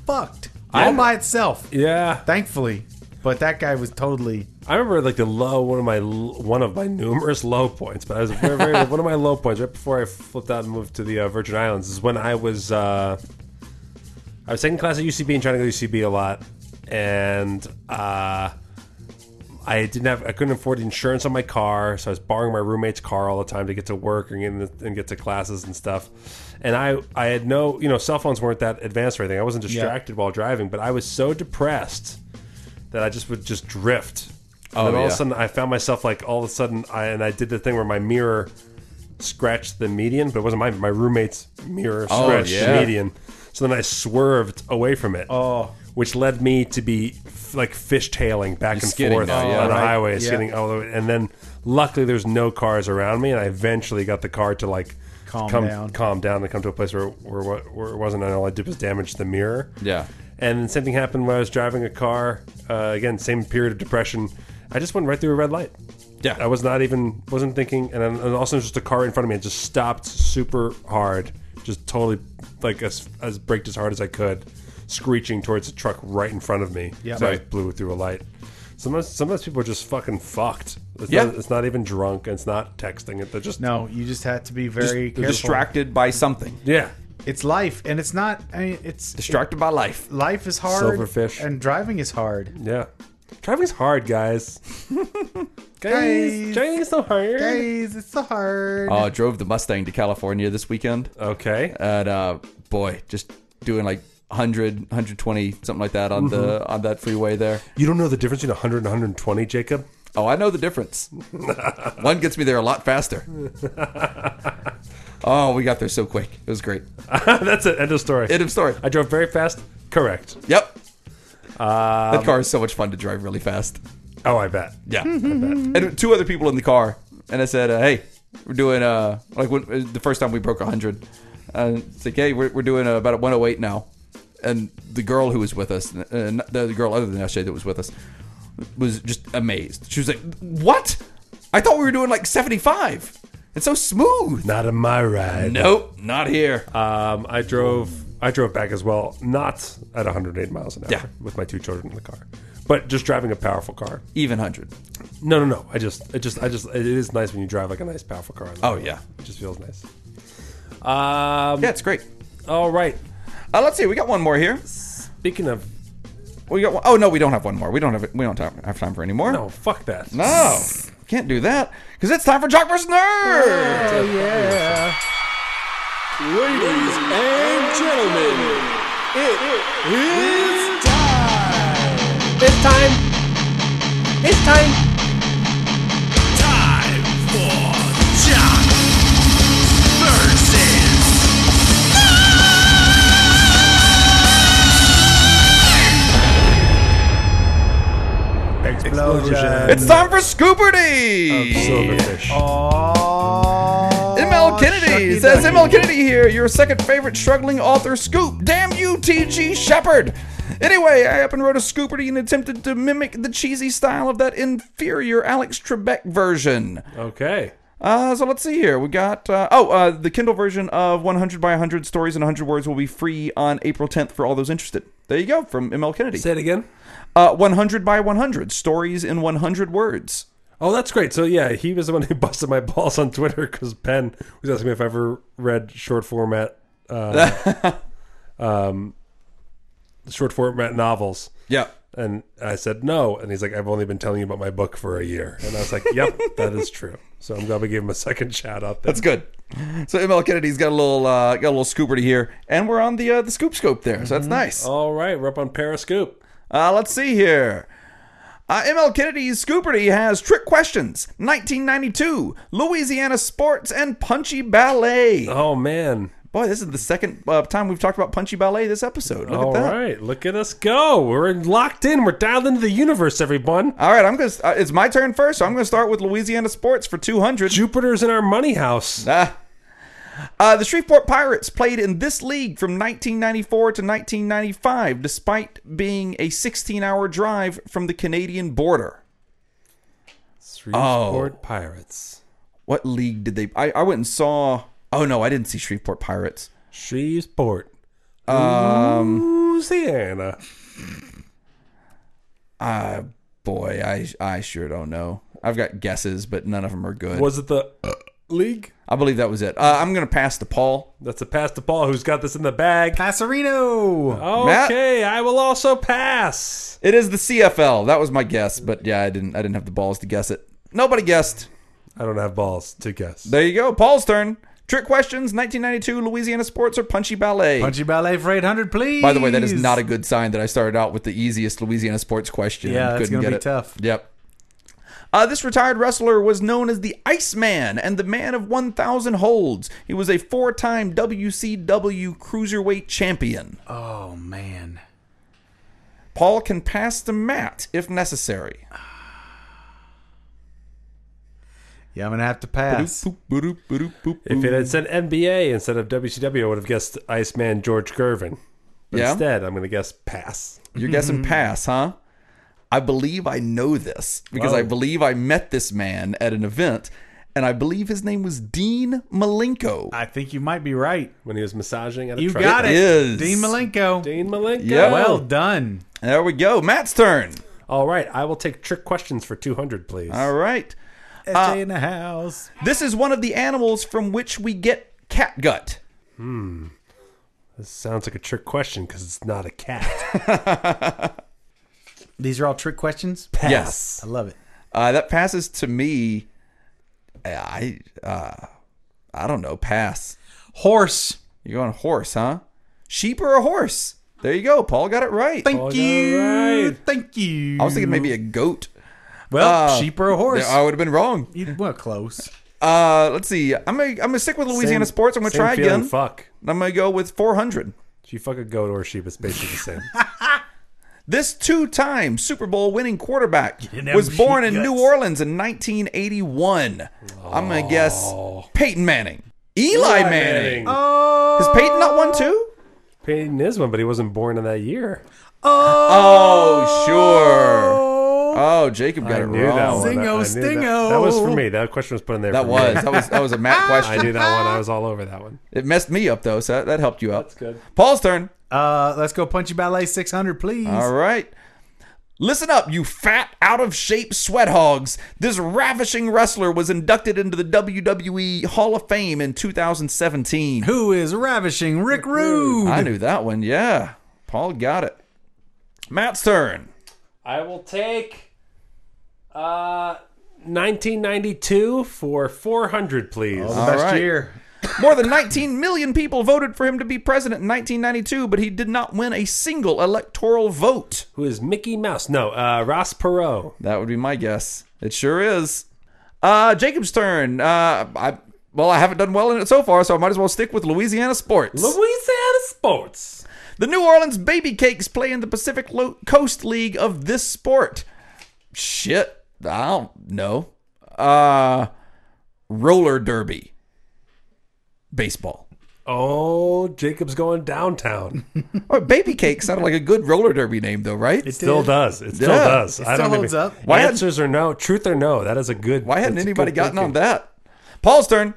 fucked I- all by itself. Yeah. Thankfully, but that guy was totally I remember like the low one of my one of my numerous low points, but I was very, very one of my low points right before I flipped out and moved to the uh, Virgin Islands is when I was uh, I was second class at UCB and trying to go to UCB a lot, and uh, I didn't have I couldn't afford insurance on my car, so I was borrowing my roommate's car all the time to get to work and get, in- and get to classes and stuff. And I I had no you know cell phones weren't that advanced or anything. I wasn't distracted while driving, but I was so depressed that I just would just drift. And then all yeah. of a sudden, I found myself like all of a sudden, I, and I did the thing where my mirror scratched the median, but it wasn't my my roommate's mirror scratched yeah. the median. So then I swerved away from it, oh. which led me to be f- like fishtailing back and skidding forth now, yeah. on the Right, highway, yeah. skidding all the way. And then luckily, there's no cars around me, and I eventually got the car to like Calm come, down. calm down, and come to a place where where, what- where it wasn't, and all I did was damage the mirror. Yeah. And the same thing happened when I was driving a car. Uh, again, same period of depression. I just went right through a red light. Yeah. I was not even wasn't thinking, and, then- and also just a car in front of me. It just stopped super hard, just totally like as, as braked as hard as I could, screeching towards a truck right in front of me. Yeah. so I Right. just blew through a light. Sometimes, sometimes people are just fucking fucked. It's Yeah. not, it's not even drunk. It's not texting. It they're just no. You just had to be very Just careful. distracted by something. Yeah, It's life, and it's not. I mean, it's Distracted by life. life is hard. Silverfish. and driving is hard. yeah. Driving's hard, guys. guys, Guys. driving's so hard. Guys, it's so hard. Uh, drove the Mustang to California this weekend. Oh. Okay. and uh boy just doing like 100 120 something like that on the on that freeway there You don't know the difference between 100 and 120, Jacob? oh i know the difference one gets me there a lot faster oh we got there so quick it was great That's it. End of story. end of story I drove very fast. Correct. yep that car is so much fun to drive really fast Oh, I bet. yeah and two other people in the car and i said uh, hey we're doing uh like when, uh, the first time we broke 100 uh, it's like hey we're, we're doing uh, about 108 now and the girl who was with us uh, not- the girl other than Ashay that was with us was just amazed she was like what i thought we were doing like 75 it's so smooth Not in my ride. nope not here Um, I drove. I drove back as well, not at 108 miles an hour Yeah. with my two children in the car, but just driving a powerful car. even 100 No, no, no. I just, it just, I just, it is nice when you drive like a nice powerful car. Oh, yeah. it just feels nice. Um, Oh, yeah it's great All right. Uh, let's see. We got one more here. Speaking of, We got. One, oh no, we don't have one more. We don't have. We don't have, have time for any more. no, fuck that. No, Oh, can't do that because it's time for Jock vs. Nerd. Ladies and gentlemen, it is time. It's time. It's time. Time for Jock versus. Explosion. It's time for Scooperty. Silverfish. Aw. ML Kennedy Oh, Shucky says, ducky. ML Kennedy here, your second favorite struggling author, Scoop. Damn you, T.G. Shepard. Anyway, I up and wrote a Scooperty and attempted to mimic the cheesy style of that inferior Alex Trebek version. Okay. Uh, so let's see here. We got uh, oh uh, the Kindle version of 100 by 100 stories and 100 words will be free on April 10th for all those interested. There you go from ML Kennedy. Say it again. Uh, 100 by 100 stories in 100 words. Oh, that's great. So yeah, he was the one who busted my balls on Twitter because Ben was asking me if I ever read short format, uh, um, short format novels, Yeah. and I said no, and he's like, I've only been telling you about my book for a year, and I was like, Yep, that is true. So I'm glad we gave him a second shout out. There. That's good. So ML Kennedy's got a little uh, got a little scooperty here, and we're on the uh, the scoop scope there, so that's nice. All right, we're up on Periscope. Uh, let's see here. Uh, ML Kennedy's Scooperty has trick questions, 1992, Louisiana sports, and punchy ballet. Oh man! Boy, this is the second uh, time we've talked about punchy ballet this episode. Look All at that. right, look at us go. We're locked in. We're dialed into the universe, everyone. All right, I'm gonna. Uh, it's my turn first, so I'm gonna start with Louisiana sports for 200. Jupiter's in our money house. Ah. Uh, the Shreveport Pirates played in this league from 1994 to 1995, despite being a 16 hour drive from the Canadian border. Shreveport Pirates. What league did they? I, I went and saw. Oh no, I didn't see Shreveport Pirates. Shreveport. Um, Louisiana. Boy, I I sure don't know. I've got guesses, but none of them are good. Was it the league? I believe that was it. Uh, I'm gonna pass to Paul. That's a pass to Paul, who's got this in the bag. Passerino. Matt? Okay, I will also pass. It is the CFL. That was my guess, but yeah, I didn't I didn't have the balls to guess it. Nobody guessed. I don't have balls to guess. There you go. Paul's turn. Trick questions, 1992 Louisiana sports or punchy ballet. Punchy ballet for 800, please. By the way, that is not a good sign that I started out with the easiest Louisiana sports question. Yeah, and that's couldn't gonna get be it. tough. Yep. Uh, this retired wrestler was known as the Iceman and the Man of 1,000 Holds. He was a four time WCW Cruiserweight Champion. Oh, man. Paul can pass to Matt if necessary. Yeah, I'm going to have to pass. Boop, boop, boop, boop, boop. If it had said NBA instead of WCW, I would have guessed Iceman George Gervin. But Yeah? Instead, I'm going to guess pass. You're guessing Mm-hmm. pass, huh? I believe I know this because I Whoa. believe I met this man at an event, and I believe his name was Dean Malenko. I think you might be right. When he was massaging at a You truck. got it. is. Dean Malenko. Dean Malenko. Yeah. Well done. There we go. Matt's turn. All right, I will take trick questions for 200, please. All right. Ah. SJ in the house. This is one of the animals from which we get catgut. This sounds like a trick question because it's not a cat. These are all trick questions. Yes. I love it. Uh, that passes to me. I uh, I don't know. Pass. Horse. You're going horse, huh? Sheep or a horse? There you go. Paul got it right. Thank Oh, you. you're right. Thank you. I was thinking maybe a goat. well, Uh, sheep or a horse. I would have been wrong. oh. You- well, close. Uh, let's see. I'm gonna I'm gonna stick with Louisiana Same- sports. I'm gonna same try feeling, again. Fuck. I'm gonna go with 400. If you fuck a goat or a sheep, it's basically the same. This two-time Super Bowl winning quarterback didn't have was born in guts. New Orleans in 1981. I'm Oh. gonna guess Peyton Manning. Eli, Manning. Is Peyton not one too? Peyton is one, but he wasn't born in that year. Uh, Oh sure. Oh, Jacob got I it knew wrong. that one. Zingo I- I knew that. That. stingo. was for me. That question was put in there. That for was Me. that was that was a Matt question. I knew that one. I was all over that one. It messed me up though, so that, that helped you out. That's good. Paul's turn. Uh, let's go punchy ballet 600, please. All right. Listen up, you fat, out of shape sweat hogs. This ravishing wrestler was inducted into the WWE Hall of Fame in 2017. Who is ravishing Rick Rude? I knew that one, yeah. Paul got it. Matt's turn. I will take uh 1992 for 400, please. the best right. year. More than 19 million people voted for him to be president in 1992, but he did not win a single electoral vote. Who is Mickey Mouse? No, uh, Ross Perot. That would be my guess. It sure is. Uh, Jacob's turn. Uh, I well, I haven't done well in it so far, so I might as well stick with Louisiana sports. Louisiana Sports. The New Orleans Baby Cakes play in the Pacific Lo- Coast League of this sport. Shit, I don't know. Uh, roller derby, baseball. Oh, Jacob's going downtown. Oh, Baby Cake sounded like a good roller derby name, though, right? It still does. It still Yeah. does. It I still don't holds even, up. Why hadn't- answers or no, truth or no. That is a good. Why hadn't that's a anybody good gotten on thinking. that? Paul's turn.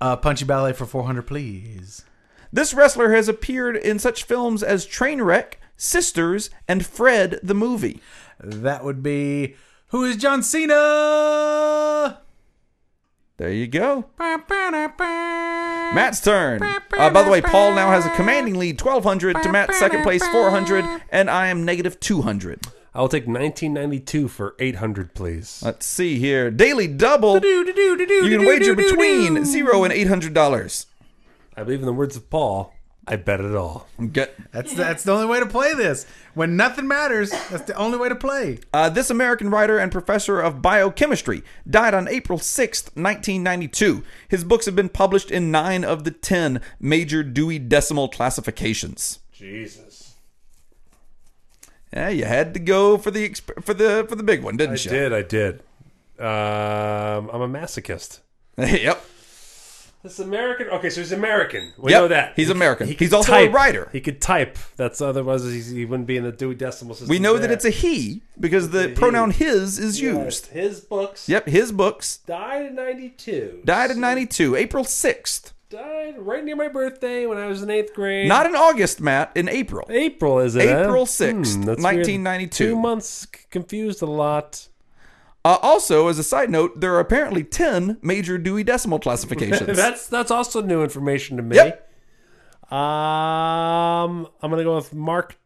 Uh, punchy ballet for 400, please. This wrestler has appeared in such films as Trainwreck, Sisters, and Fred the Movie. That would be Who is John Cena? There you go. Matt's turn. Uh, by the way, Paul now has a commanding lead, 1200 to Matt's second place, 400, and I am negative 200. I will take 1992 for 800, please. Let's see here. Daily Double. You can wager between zero and eight hundred dollars. I believe in the words of Paul. I bet it all. Get That's that's the only way to play this. When nothing matters, that's the only way to play. Uh, this American writer and professor of biochemistry died on April 6th, 1992. His books have been published in nine of the ten major Dewey Decimal classifications. Jesus, Yeah, you had to go for the exp- for the for the big one, I didn't you? did. I did. Um, I'm a masochist. yep. This American. Okay, so he's American. We Yep, know that he's He- American. could He's also a type. writer. He could type. That's otherwise he's, he wouldn't be in the Dewey Decimal System. We know that it's a he because the pronoun his is used. His books. Yep, his books Died in '92. died in 92, April 6th. Died right near my birthday when I was in eighth grade. Not in August, Matt, in April. April is it? April huh? 6th, that's weird. 1992. Two months c- confused a lot. Uh, also, as a side note, there are apparently 10 major Dewey Decimal classifications. That's that's also new information to me. Yep. Um, I'm gonna go with Mark.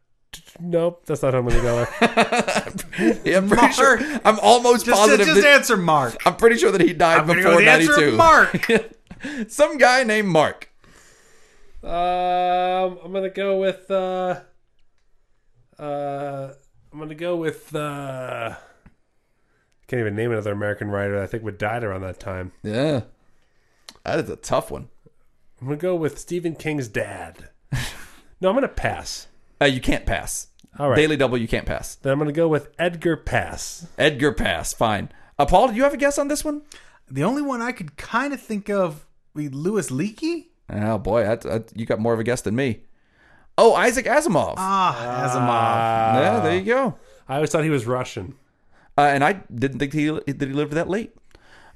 Nope, that's not how I'm gonna go. With. Yeah, I'm pretty sure. Mark. I'm almost Just, uh, positive. just that, answer Mark. I'm pretty sure that he died I'm gonna before go with the answer of 92. Mark. Some guy named Mark. um, I'm gonna go with. Uh, uh, I'm gonna go with. Uh, can't even name another American writer. that I think would died around that time. Yeah, that is a tough one. I'm gonna go with Stephen King's dad. no, I'm gonna pass. Uh, you can't pass. All right. Daily double, you can't pass. Then I'm gonna go with Edgar Pass. Edgar pass. Fine. Uh, Paul, do you have a guess on this one? the only one I could kind of think of would be Lewis Leakey. Oh boy, that, that, you got more of a guess than me. Oh, Isaac Asimov. Ah, yeah, there you go. I always thought he was Russian. Uh, and I didn't think he that he lived that late.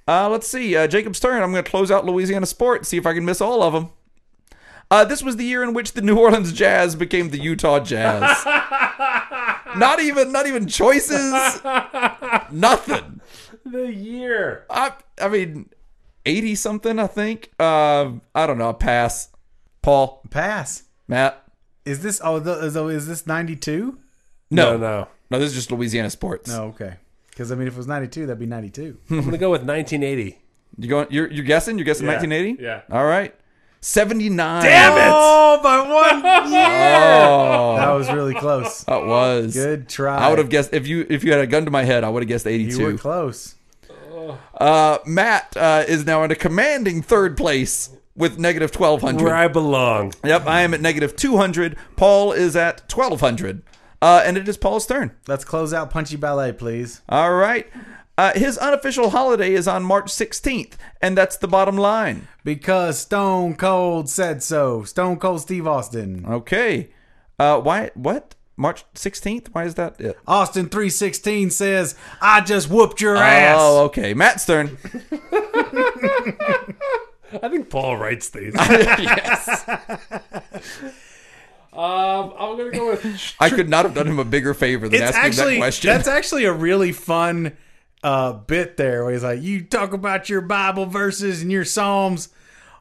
Uh, let's see, uh, Jacob Stern. I'm going to close out Louisiana sports. See if I can miss all of them. Uh, this was the year in which the New Orleans Jazz became the Utah Jazz. not even, not even choices. Nothing. The year. I, I mean, eighty something. I think. Uh, I don't know. I'll Pass. Paul, Asmov. Pass. Matt. Is this oh th- so is this 92? No, No, no. no. This is just Louisiana sports. Oh, okay. Cuz I mean if it was 92 that'd be 92. I'm gonna go with 1980. You going? You're, you're guessing. You're guessing Yeah, 1980. yeah. All right. 79. Oh, Uh, by one. Oh, that was really close. that was Good try. I would have guessed if you if you had a gun to my head, I would have guessed You were 82. close. Uh, Matt uh, is now in a commanding third place with negative 1200. Where I belong. Yep, I am at negative 200. Paul is at 1200. Uh, and it is Paul's turn. Let's close out punchy ballet, please. All right. Uh, his unofficial holiday is on March 16th, and that's the bottom line. Because Stone Cold said so. Stone Cold Steve Austin. Okay. Uh, why? What? March 16th? Why is that it? Austin 316 says, "I just whooped your ass." Oh, okay. Matt's turn. I think Paul writes these. yes. Um, I'm gonna go with. I could not have done him a bigger favor than It's asking actually that question. that's actually a really fun uh, bit there where he's like, "You talk about your Bible verses and your Psalms."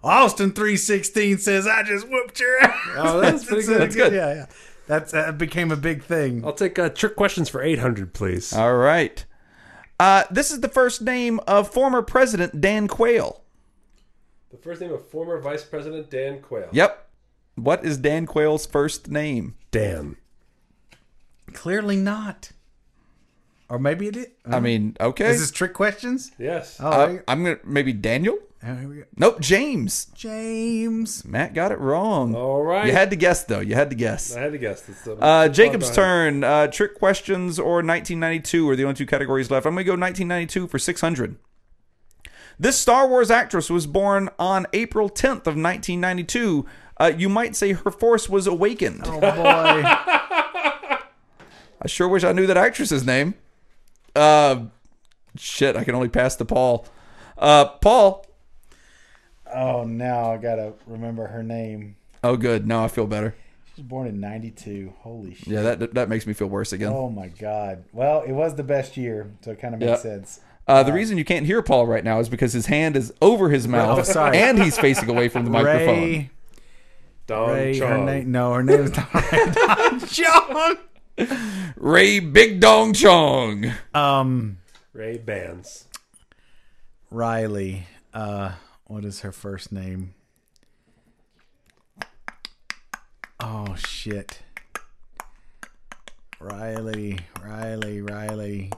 Austin three sixteen says, "I just whooped your ass." Oh, that's pretty good. That's good. Yeah, yeah. That's that became a big thing. I'll take uh, trick questions for 800, please. All right. Uh, this is the first name of former President Dan Quayle. the first name of former Vice President Dan Quayle. Yep. What is Dan Quayle's first name? Dan. Clearly not. Or maybe it is. Uh, I mean, okay. Is Mm-hmm. this trick questions? Yes. Oh, Uh, here- I'm gonna maybe Daniel. oh, here we go. Nope, James. James. Matt got it wrong. All right. You had to guess though. You had to guess. I had to guess. It's, um, Uh, Jacob's Hawkeye. turn. Uh, trick questions or 1992 are the only two categories left. I'm going to go 1992 for 600. This Star Wars actress was born on April 10th of 1992. Uh, you might say her force was awakened. Oh boy. I sure wish I knew that actress's name. Uh, shit, I can only pass to Paul. Uh, Paul. oh, now I gotta remember her name. Oh, good. Now I feel better. She was born in '92. Holy shit. Yeah, that that makes me feel worse again. Oh my god. Well, it was the best year, so it kind of makes Yep. sense. Uh, the reason you can't hear Paul right now is because his hand is over his mouth, Oh, sorry. and he's facing away from the microphone. Ray, Don Ray, her Chong. name. No, her name is not John. Ray Big Dong Chong. Um, Ray Bans. Riley. Uh, what is her first name? Oh shit. Riley, Riley, Riley.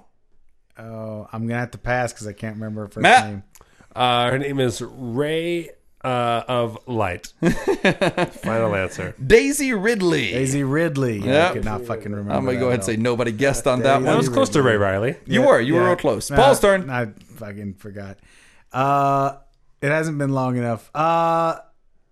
Oh, I'm gonna have to pass because I can't remember her first Matt. name. Uh, her name is Ray uh, of Light. Final answer. Daisy Ridley. Daisy Ridley. Yeah, I Yep. could not fucking remember. I'm gonna that go ahead at and say all. nobody guessed on that I one. was close to Ray Riley. You were, you were real close. Uh, Paul's turn. I fucking forgot. Uh, it hasn't been long enough. Uh,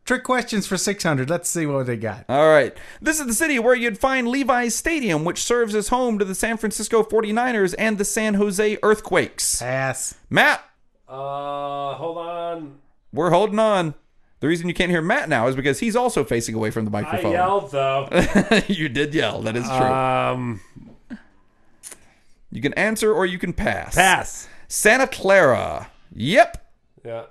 trick questions for 600. Let's see what they got. All right. This is the city where you'd find Levi's Stadium, which serves as home to the San Francisco 49ers and the San Jose Earthquakes. Pass. Matt, Uh, hold on. we're holding on. The reason you can't hear Matt now is because he's also facing away from the I microphone. yelled though. you did yell. That is true. Um, you can answer or you can pass. pass. Santa Clara. Yep. Yeah.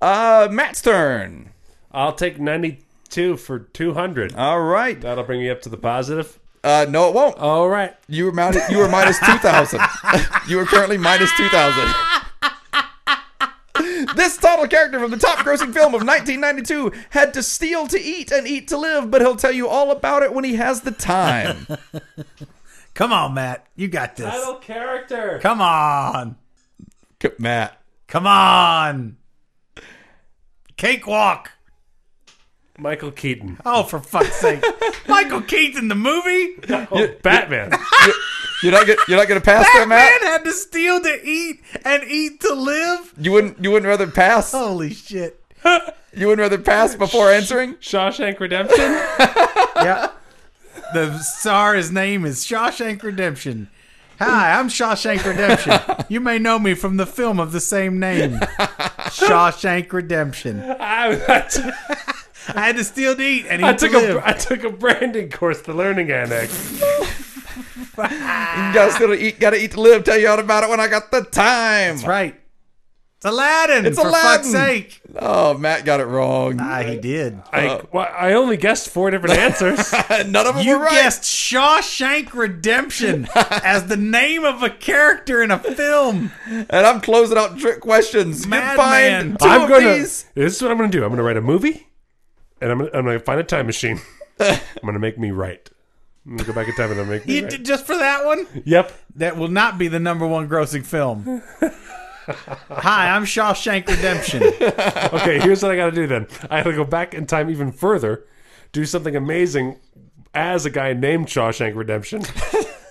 Uh, Matt's turn. I'll take 92 for 200. All right. That'll bring me up to the positive. Uh, no, it won't. All right. You were minus, you were minus 2,000. you were currently minus 2,000. this title character from the top grossing film of 1992 had to steal to eat and eat to live, but he'll tell you all about it when he has the time. Come on, Matt. You got this. Title character. Come on. C- Matt. Come on. Cakewalk. Michael Keaton. Oh, for fuck's sake. Michael Keaton, the movie? Oh, Batman. You're not gonna, you're not going to pass that, Man Matt? had to steal to eat and eat to live? You wouldn't you wouldn't rather pass? Holy shit. You wouldn't rather pass before answering? Shawshank Redemption. yeah. The star's name is Shawshank Redemption. Hi, I'm Shawshank Redemption. You may know me from the film of the same name, Shawshank Redemption. I, I, t- I had to steal to eat, and he I took took to a live. I took a branding course, the learning annex. You gotta still eat, gotta eat to live. Tell you all about it when I got the time. right. It's Aladdin. It's for Aladdin. fuck's sake. Oh, Matt got it wrong. Ah, he did. I, Oh. well, I only guessed four different answers. None of them You were right. guessed Shawshank Redemption as the name of a character in a film. And I'm closing out trick questions. Mad you find man. two I'm of gonna. these. This is what I'm gonna do. I'm gonna write a movie, and I'm gonna, I'm gonna find a time machine. I'm gonna make me right. I'm gonna go back in time and I'm gonna make me You right. did just for that one? Yep. that will not be the number one grossing film. Hi, I'm Shawshank Redemption. Okay. Here's what I gotta do then. I gotta go back in time even further, do something amazing as a guy named Shawshank Redemption.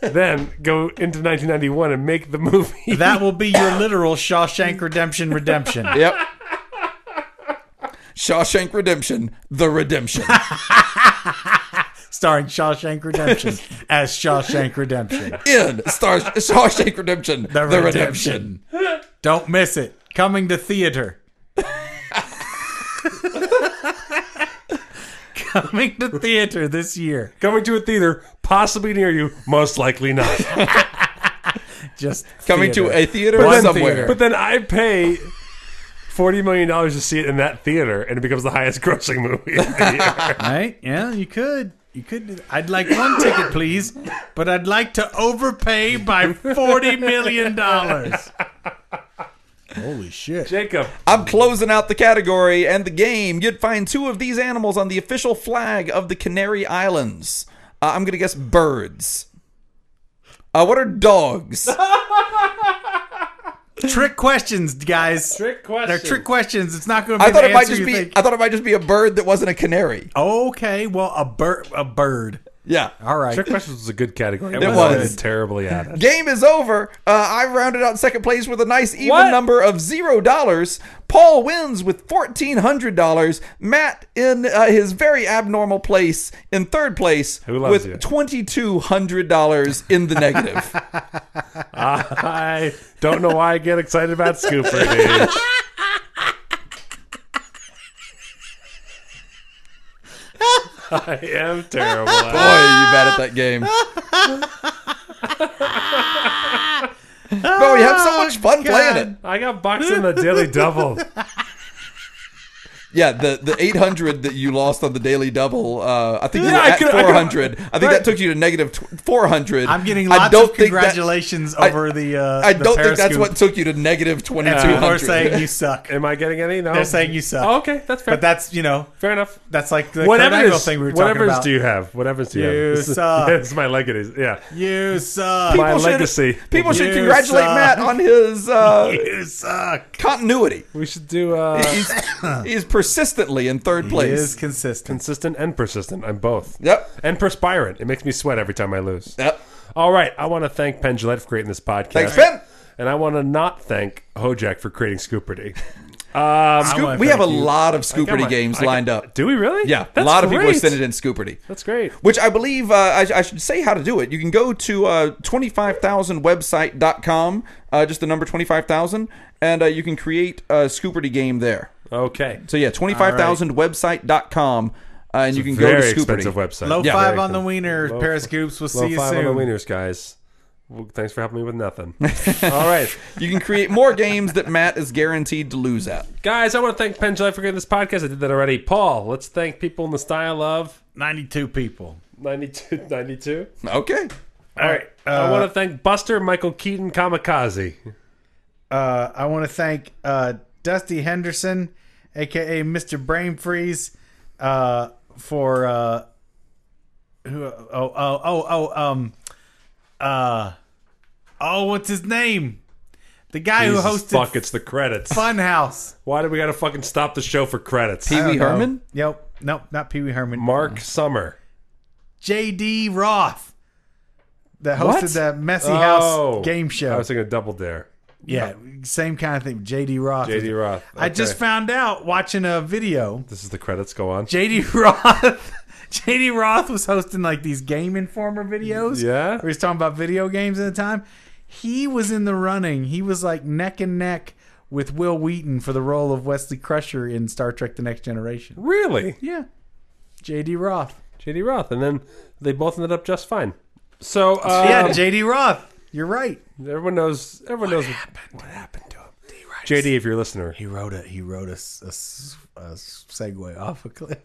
then go into 1991 and make the movie. That will be your literal Shawshank Redemption redemption. Yep. Shawshank Redemption, the redemption. Starring Shawshank Redemption as Shawshank Redemption. In Star Shawshank Redemption, The, the, redemption. redemption. Don't miss it. Coming to theater. coming to theater this year. Coming to a theater possibly near you, most likely not. Just Coming to a theater But or then- somewhere. theater. But then I pay forty million dollars to see it in that theater, and it becomes the highest grossing movie. Of the year. right? Yeah, you could. You could. do that. I'd like one ticket, please, but I'd like to overpay by forty million dollars. Holy shit! Jacob, I'm closing out the category and the game. You'd find two of these animals on the official flag of the Canary Islands. Uh, I'm going to guess birds. Uh, what are dogs? Trick questions, guys. Trick They're questions. trick questions. It's not going to be. I thought the it might answer just you Oh. be think. I thought it might just be a bird that wasn't a canary. okay. Well, a bird. A bird. Yeah. All right. trick questions was a good category. It I was. did terribly at it. Game is over. Uh, I rounded out second place with a nice even What? number of zero dollars. Paul wins with fourteen hundred dollars. Matt in uh, his very abnormal place in third place Who loves you? with twenty two hundred dollars in the negative. I don't know why I get excited about Scooper. dude. I am terrible. Boy, at it. you bad at that game. but we have so much fun playing it. I got boxed in the daily double. Yeah, the, the 800 that you lost on the daily double, uh, I think you Yeah, were I at could- I could- 400. I, think Right. that took you to negative tw- 400. I'm getting I lots don't of think that- congratulations I- over the. Uh, I the don't think that's Periscope. what took you to negative People are 2200. saying you suck. Am I getting any? No. They're saying you suck. Oh, okay, that's fair. But that's you know fair enough. that's like the Whatever Kurt Angle is, thing we were talking whatever about. do you have? Whatever do you, You have? This is- suck. this is my legacy. Yeah. You suck. my People should- legacy. People should You congratulate suck. Matt on his uh, you suck. continuity. We should do uh, He's, he's persistently in third He is place. consistent. consistent and persistent. I'm both. Yep. And perspirant. It makes me sweat every time I lose. Yep. All right. I want to thank Penn Gillette for creating this podcast. Thanks, Ben. And I want to not thank Hojack for creating Scooperty. I wanna We have a thank you. lot of Scooperty my- games I got- lined up. Do we really? Yeah, That's a lot of people are great. sending in Scooperty. That's great. Which I believe uh, I, I should say how to do it. You can go to uh, 25,000website.com, uh, just the number 25,000, and uh, you can create a Scooperty game there. Okay. So yeah, 25,000website.com, uh, and you can go to Very Scooperty. expensive website. Low Yeah. five Very on the expensive. wiener, Low- Periscopes. We'll Low see you five soon. on the wieners, guys. Well, thanks for helping me with nothing. All right. You can create more games that Matt is guaranteed to lose at. Guys, I want to thank Penn Gillette for creating this podcast. I did that already. Paul, let's thank people in the style of 92 people. 92. 92. Okay. All right. I Uh, want to thank Buster, Michael Keaton, Kamikaze. Uh, I want to thank uh, Dusty Henderson, aka Mr. Brain Freeze, uh, for uh, who? Oh, oh, oh, oh, um, uh, oh, what's his name? The guy Jesus who hosted fuck, it's the credits. Funhouse. Why do we got to fucking stop the show for credits? Pee Wee Herman? Nope, nope, not Pee Wee Herman. Mark Summer. J.D. Roth, that hosted What? the Messy Oh. House game show. I was thinking Double Dare. yeah, same kind of thing. J.D. Roth. J.D. Roth. I just Okay. found out watching a video. This is the credits. Go on. J.D. Roth. J.D. Roth was hosting like these Game Informer videos. Yeah? where he's talking about video games at the time. He was in the running. He was like neck and neck with Will Wheaton for the role of Wesley Crusher in Star Trek: The Next Generation. Really? Yeah, J.D. Roth. J.D. Roth. And then they both ended up just fine. So, uh, yeah, J.D. Roth. You're right. everyone knows everyone knows what happened, to him. J.D., if you're a listener. He wrote a he wrote a, s- a s- a segue off a cliff.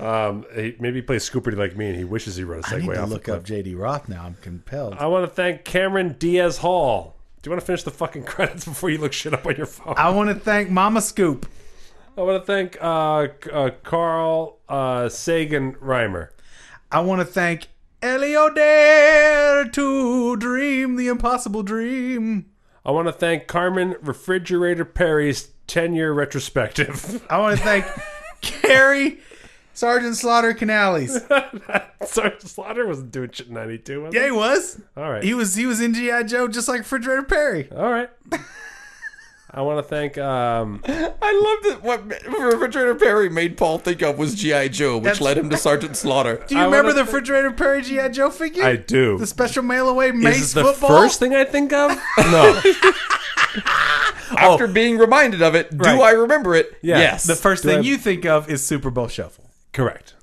Um, he, maybe he plays Scooperty like me and he wishes he wrote a I segue need to off the look cliff. up J.D. Roth now. I'm compelled. I want to thank Cameron Diaz Hall. Do you want to finish the fucking credits before you look shit up on your phone? I want to thank Mama Scoop. I want to thank uh, C- uh, Carl uh, Sagan Reimer. I want to thank Elio Dare to dream the impossible dream. I want to thank Carmen Refrigerator Perry's 10 year retrospective. I want to thank Carrie Sergeant Slaughter Canales. Sergeant Slaughter wasn't doing shit in 92, was Yeah, he he? was. All right. He was he was in GI Joe just like Refrigerator Perry. All right. I want to thank. Um, I love that what Refrigerator Perry made Paul think of was G.I. Joe, which That's- led him to Sergeant Slaughter. Do you I remember wanna the Refrigerator Perry GI Joe figure? I do. The special mail away mace Is this the football. first thing I think of? No. After being reminded of it, do Oh. Right. I remember it? Yes. The first Do thing I- you think of is Super Bowl Shuffle. Correct.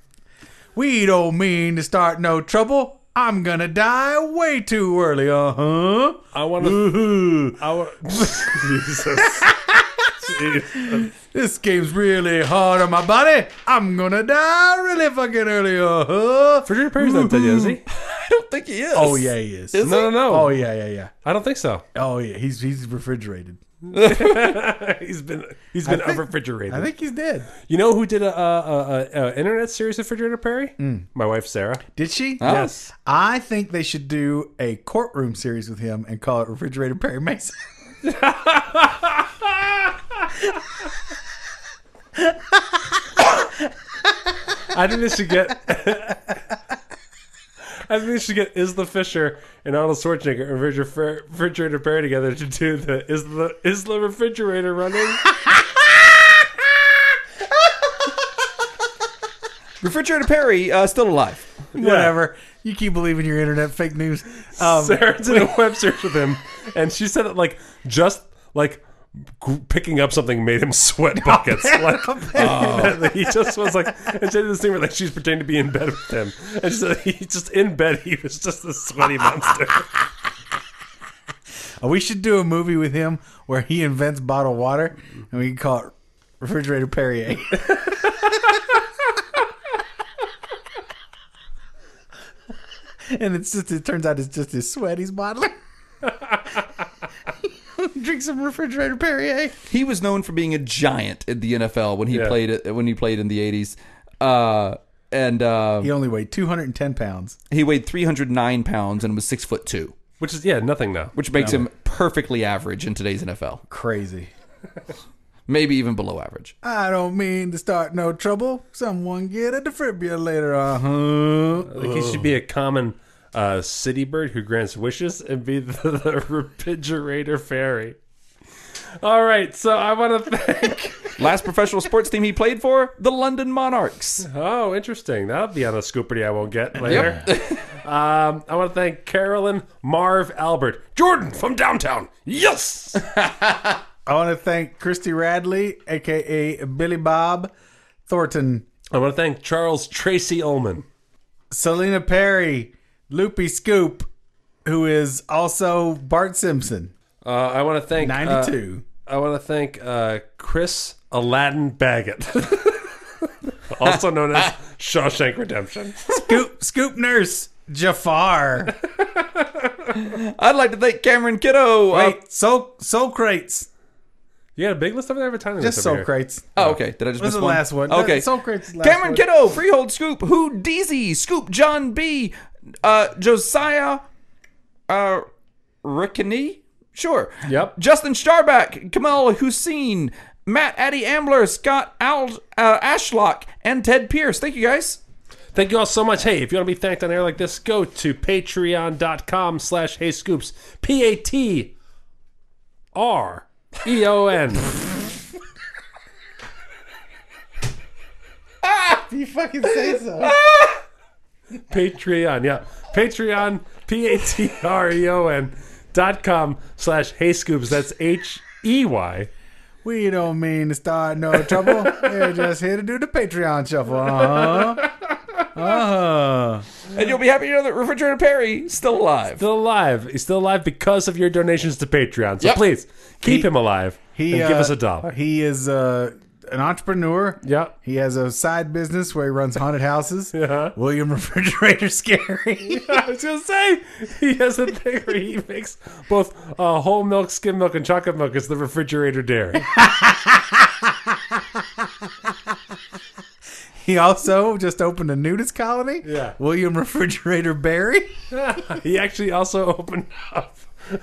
We don't mean to start no trouble. I'm gonna die way too early. Uh huh. I want to. I wa- Jesus. Jeez. This game's really hard on my body. I'm gonna die really fucking early. Uh huh. Virginia Perry's not dead yet, is he? I don't think he is. Oh yeah, he is. Is No, no, no. Oh yeah, yeah, yeah. I don't think so. Oh yeah, he's he's refrigerated. He's been he's been think- refrigerated. I think he's dead. you know who did a, a, a, a, a internet series of Virginia Perry? My wife Sarah. Did she? Oh. Yes. I think they should do a courtroom series with him and call it Refrigerated Perry Mason. I think they should get. I think they should get Isla Fisher and Arnold Schwarzenegger and Virgil Fer- Refrigerator Perry together to do the Isla Isla refrigerator running. Refrigerator Perry uh, still alive. Whatever. You keep believing your internet fake news. Um, Um, Sarah did a web search with him, and she said it like just like g- picking up something made him sweat buckets. like he just was like, and she did this thing where like she's pretending to be in bed with him, and she said he just in bed he was just a sweaty monster. we should do a movie with him where he invents bottled water and we can call it Refrigerated Perrier. and it's just, it turns out it's just his sweat he's bottling. Drink some refrigerator Perrier. He was known for being a giant in the NFL when he Yeah. played it when he played in the eighties. Uh, and uh, He only weighed 210 pounds. he weighed three hundred nine pounds and was six foot two, Which is yeah, nothing now. which makes him perfectly average in today's NFL. Crazy. Maybe even below average. I don't mean to start no trouble. Someone get a defibrillator. Uh huh. Like he should be a common uh, city bird who grants wishes and be the, the refrigerator fairy. All right, so I want to thank. Last professional sports team he played for, the London Monarchs. Oh, interesting. That'll be on a scooperty I won't get later. um, I want to thank Carolyn, Marv, Albert, Jordan from downtown. Yes. I want to thank Christy Radley, aka Billy Bob Thornton, I want to thank Charles Tracy Ullman. Selena Perry, Loopy Scoop, who is also Bart Simpson, Uh, I want to thank uh, 92. I want to thank uh, Chris Aladdin Baggett, also known as Shawshank Redemption. Scoop, Scoop Nurse, Jafar. I'd like to thank Cameron Kiddo. Uh, Wait, Soul, Soul Crates. You got a big list over there? I have a tiny Just list over Soul here. Crates. oh, okay. Did I just miss What's the one? last one? Okay. Soul Crates is the last Cameron one. Kiddo, Freehold Scoop, Who Deezy, Scoop John B, uh, Josiah uh, Rickney? Sure. Yep. Justin Starback, Kamal Hussein, Matt Addy Ambler, Scott Al- uh, Ashlock, and Ted Pierce. Thank you guys. Thank you all so much. Hey, if you want to be thanked on air like this, go to patreon.com slash hey scoops. P A T R E O N. You fucking say so. Patreon, yeah. Patreon P A T R E O N dot com slash hey scoops. That's H E Y. We don't mean to start no trouble. We're just here to do the Patreon shuffle. Uh huh. Uh huh. And you'll be happy to know that Refrigerator Perry is still alive. Still alive. He's still alive because of your donations to Patreon. So Yep. please keep him alive. and give uh, us a dollar. He is uh, an entrepreneur. Yeah. He has a side business where he runs haunted houses. William Refrigerator Scary. I was gonna say he has a thing where he makes both uh, whole milk, skim milk, and chocolate milk. It's the refrigerator dairy. he also just opened a nudist colony. Yeah. William Refrigerator Barry. he actually also opened up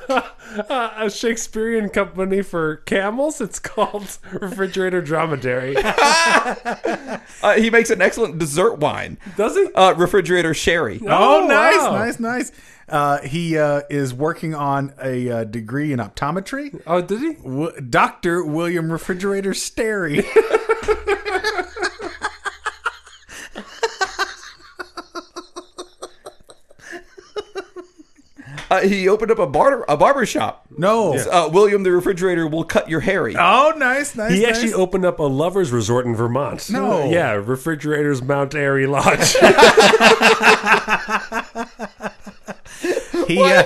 a Shakespearean company for camels. It's called Refrigerator Dromedary. Uh, he makes an excellent dessert wine. Does he? Uh, refrigerator Sherry. Oh, nice, wow. nice, nice. Uh, he uh, is working on a uh, degree in optometry. Oh, did he? W- Dr. William Refrigerator Sterry. Uh, he opened up a barber a barber shop. No. Uh, William the refrigerator will cut your hairy. Oh, nice, nice. He nice. actually opened up a lovers resort in Vermont. No. Yeah, Refrigerators Mount Airy Lodge. he, uh,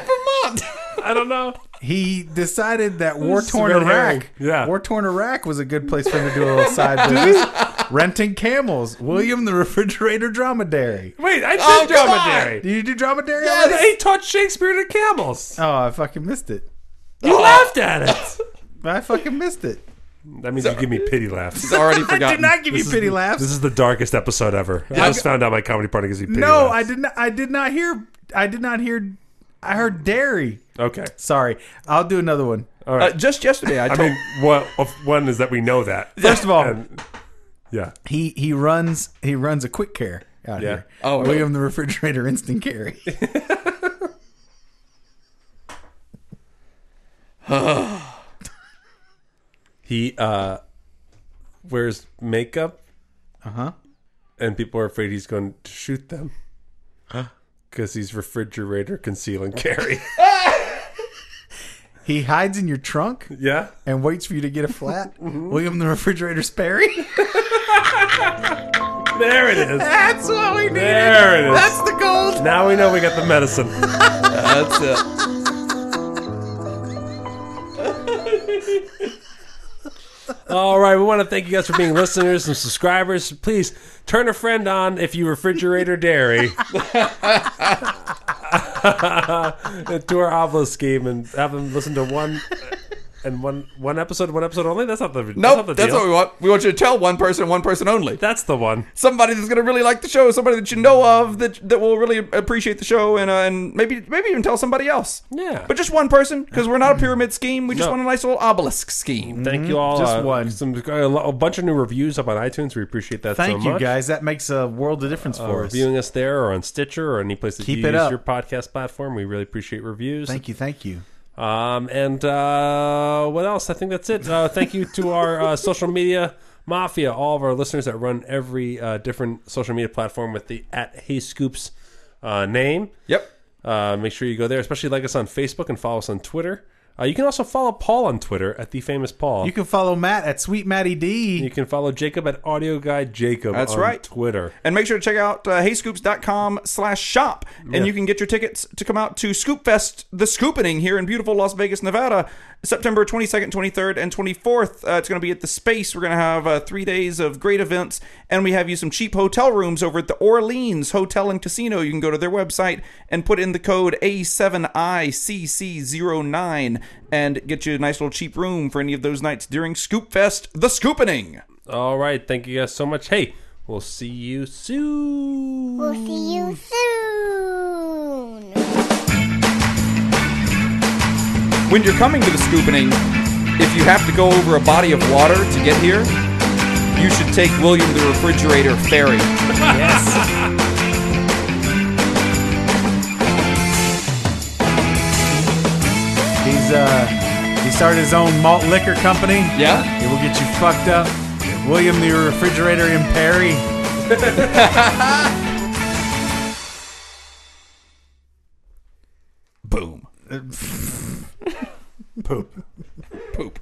I don't know. he decided that war torn red Iraq, herring. Yeah. war torn Iraq was a good place for him to do a little side business. Renting camels. William the refrigerator dromedary. Wait, I did Oh, oh, come on. dromedary. Did you do dromedary? already? He taught Shakespeare to camels. Oh, I fucking missed it. You laughed at it. I fucking missed it. That means you give me pity laughs. He's already I forgotten. did not give you pity laughs. This is the darkest episode ever. I just found out my comedy partner gives me pity no, I laughs. did not. I did not hear. I did not hear. I heard dairy. Okay. Sorry, I'll do another one. Uh, just yesterday, I I told. mean, what of one is that we know that. First of all, And- yeah. he he runs he runs a quick care out Yeah. here. Oh, really? William the refrigerator instant carry. He uh wears makeup. Uh-huh. And people are afraid he's going to shoot them. Because he's refrigerator conceal and carry. He hides in your trunk yeah? Mm-hmm. and waits for you to get a flat. William the refrigerator Sperry. There it is. That's what we needed. There it is. That's the gold. Now we know we got the medicine. That's it. All right, we want to thank you guys for being listeners and subscribers. Please turn a friend on if you refrigerator dairy to our obelisk game and have them listen to one and one one episode, one episode only. That's not the that's Nope, not the that's deal. what we want. We want you to tell one person, one person only. that's the one. Somebody that's going to really like the show, somebody that you know of that that will really appreciate the show, and uh, and maybe maybe even tell somebody else. Yeah. but just one person because we're not a pyramid scheme. We just No. want a nice little obelisk scheme. Thank you all. Just uh, one. Some a lo- a bunch of new reviews up on iTunes. We appreciate that. Thank so you much. guys. That makes a world of difference Uh, for us. reviewing us there or on Stitcher or any place that Keep you it use up. your podcast platform. We really appreciate reviews. Thank you. Thank you. Um, and uh, what else? I think that's it. Uh, thank you to our uh, social media mafia, all of our listeners that run every uh, different social media platform with the at Hey Scoops uh, name. Yep. Uh, make sure you go there, especially like us on Facebook and follow us on Twitter. Uh, you can also follow Paul on Twitter at the famous Paul. You You can, can follow Matt at Sweet Matty D. follow Jacob at Audio Guy Jacob. That's on right. Twitter. And make sure to check out uh, heyscoops.com slash shop. And you can get your tickets to come out to Scoop Fest, the Scooping here in beautiful Las Vegas, Nevada, September 22nd, 23rd, and 24th. Uh, it's going to be at the space. We're going to have uh, three days of great events. And we have you some cheap hotel rooms over at the Orleans Hotel and Casino. You can go to their website and put in the code A7ICC09 and get you a nice little cheap room for any of those nights during Scoop Fest, the Scooping. All right. Thank you guys so much. Hey, we'll see you soon. We'll see you soon. When you're coming to the Scooping, if you have to go over a body of water to get here, you should take William the Refrigerator ferry. He's uh he started his own malt liquor company. Yeah? It will get you fucked up. William the refrigerator in Perry. Boom. Poop. Poop.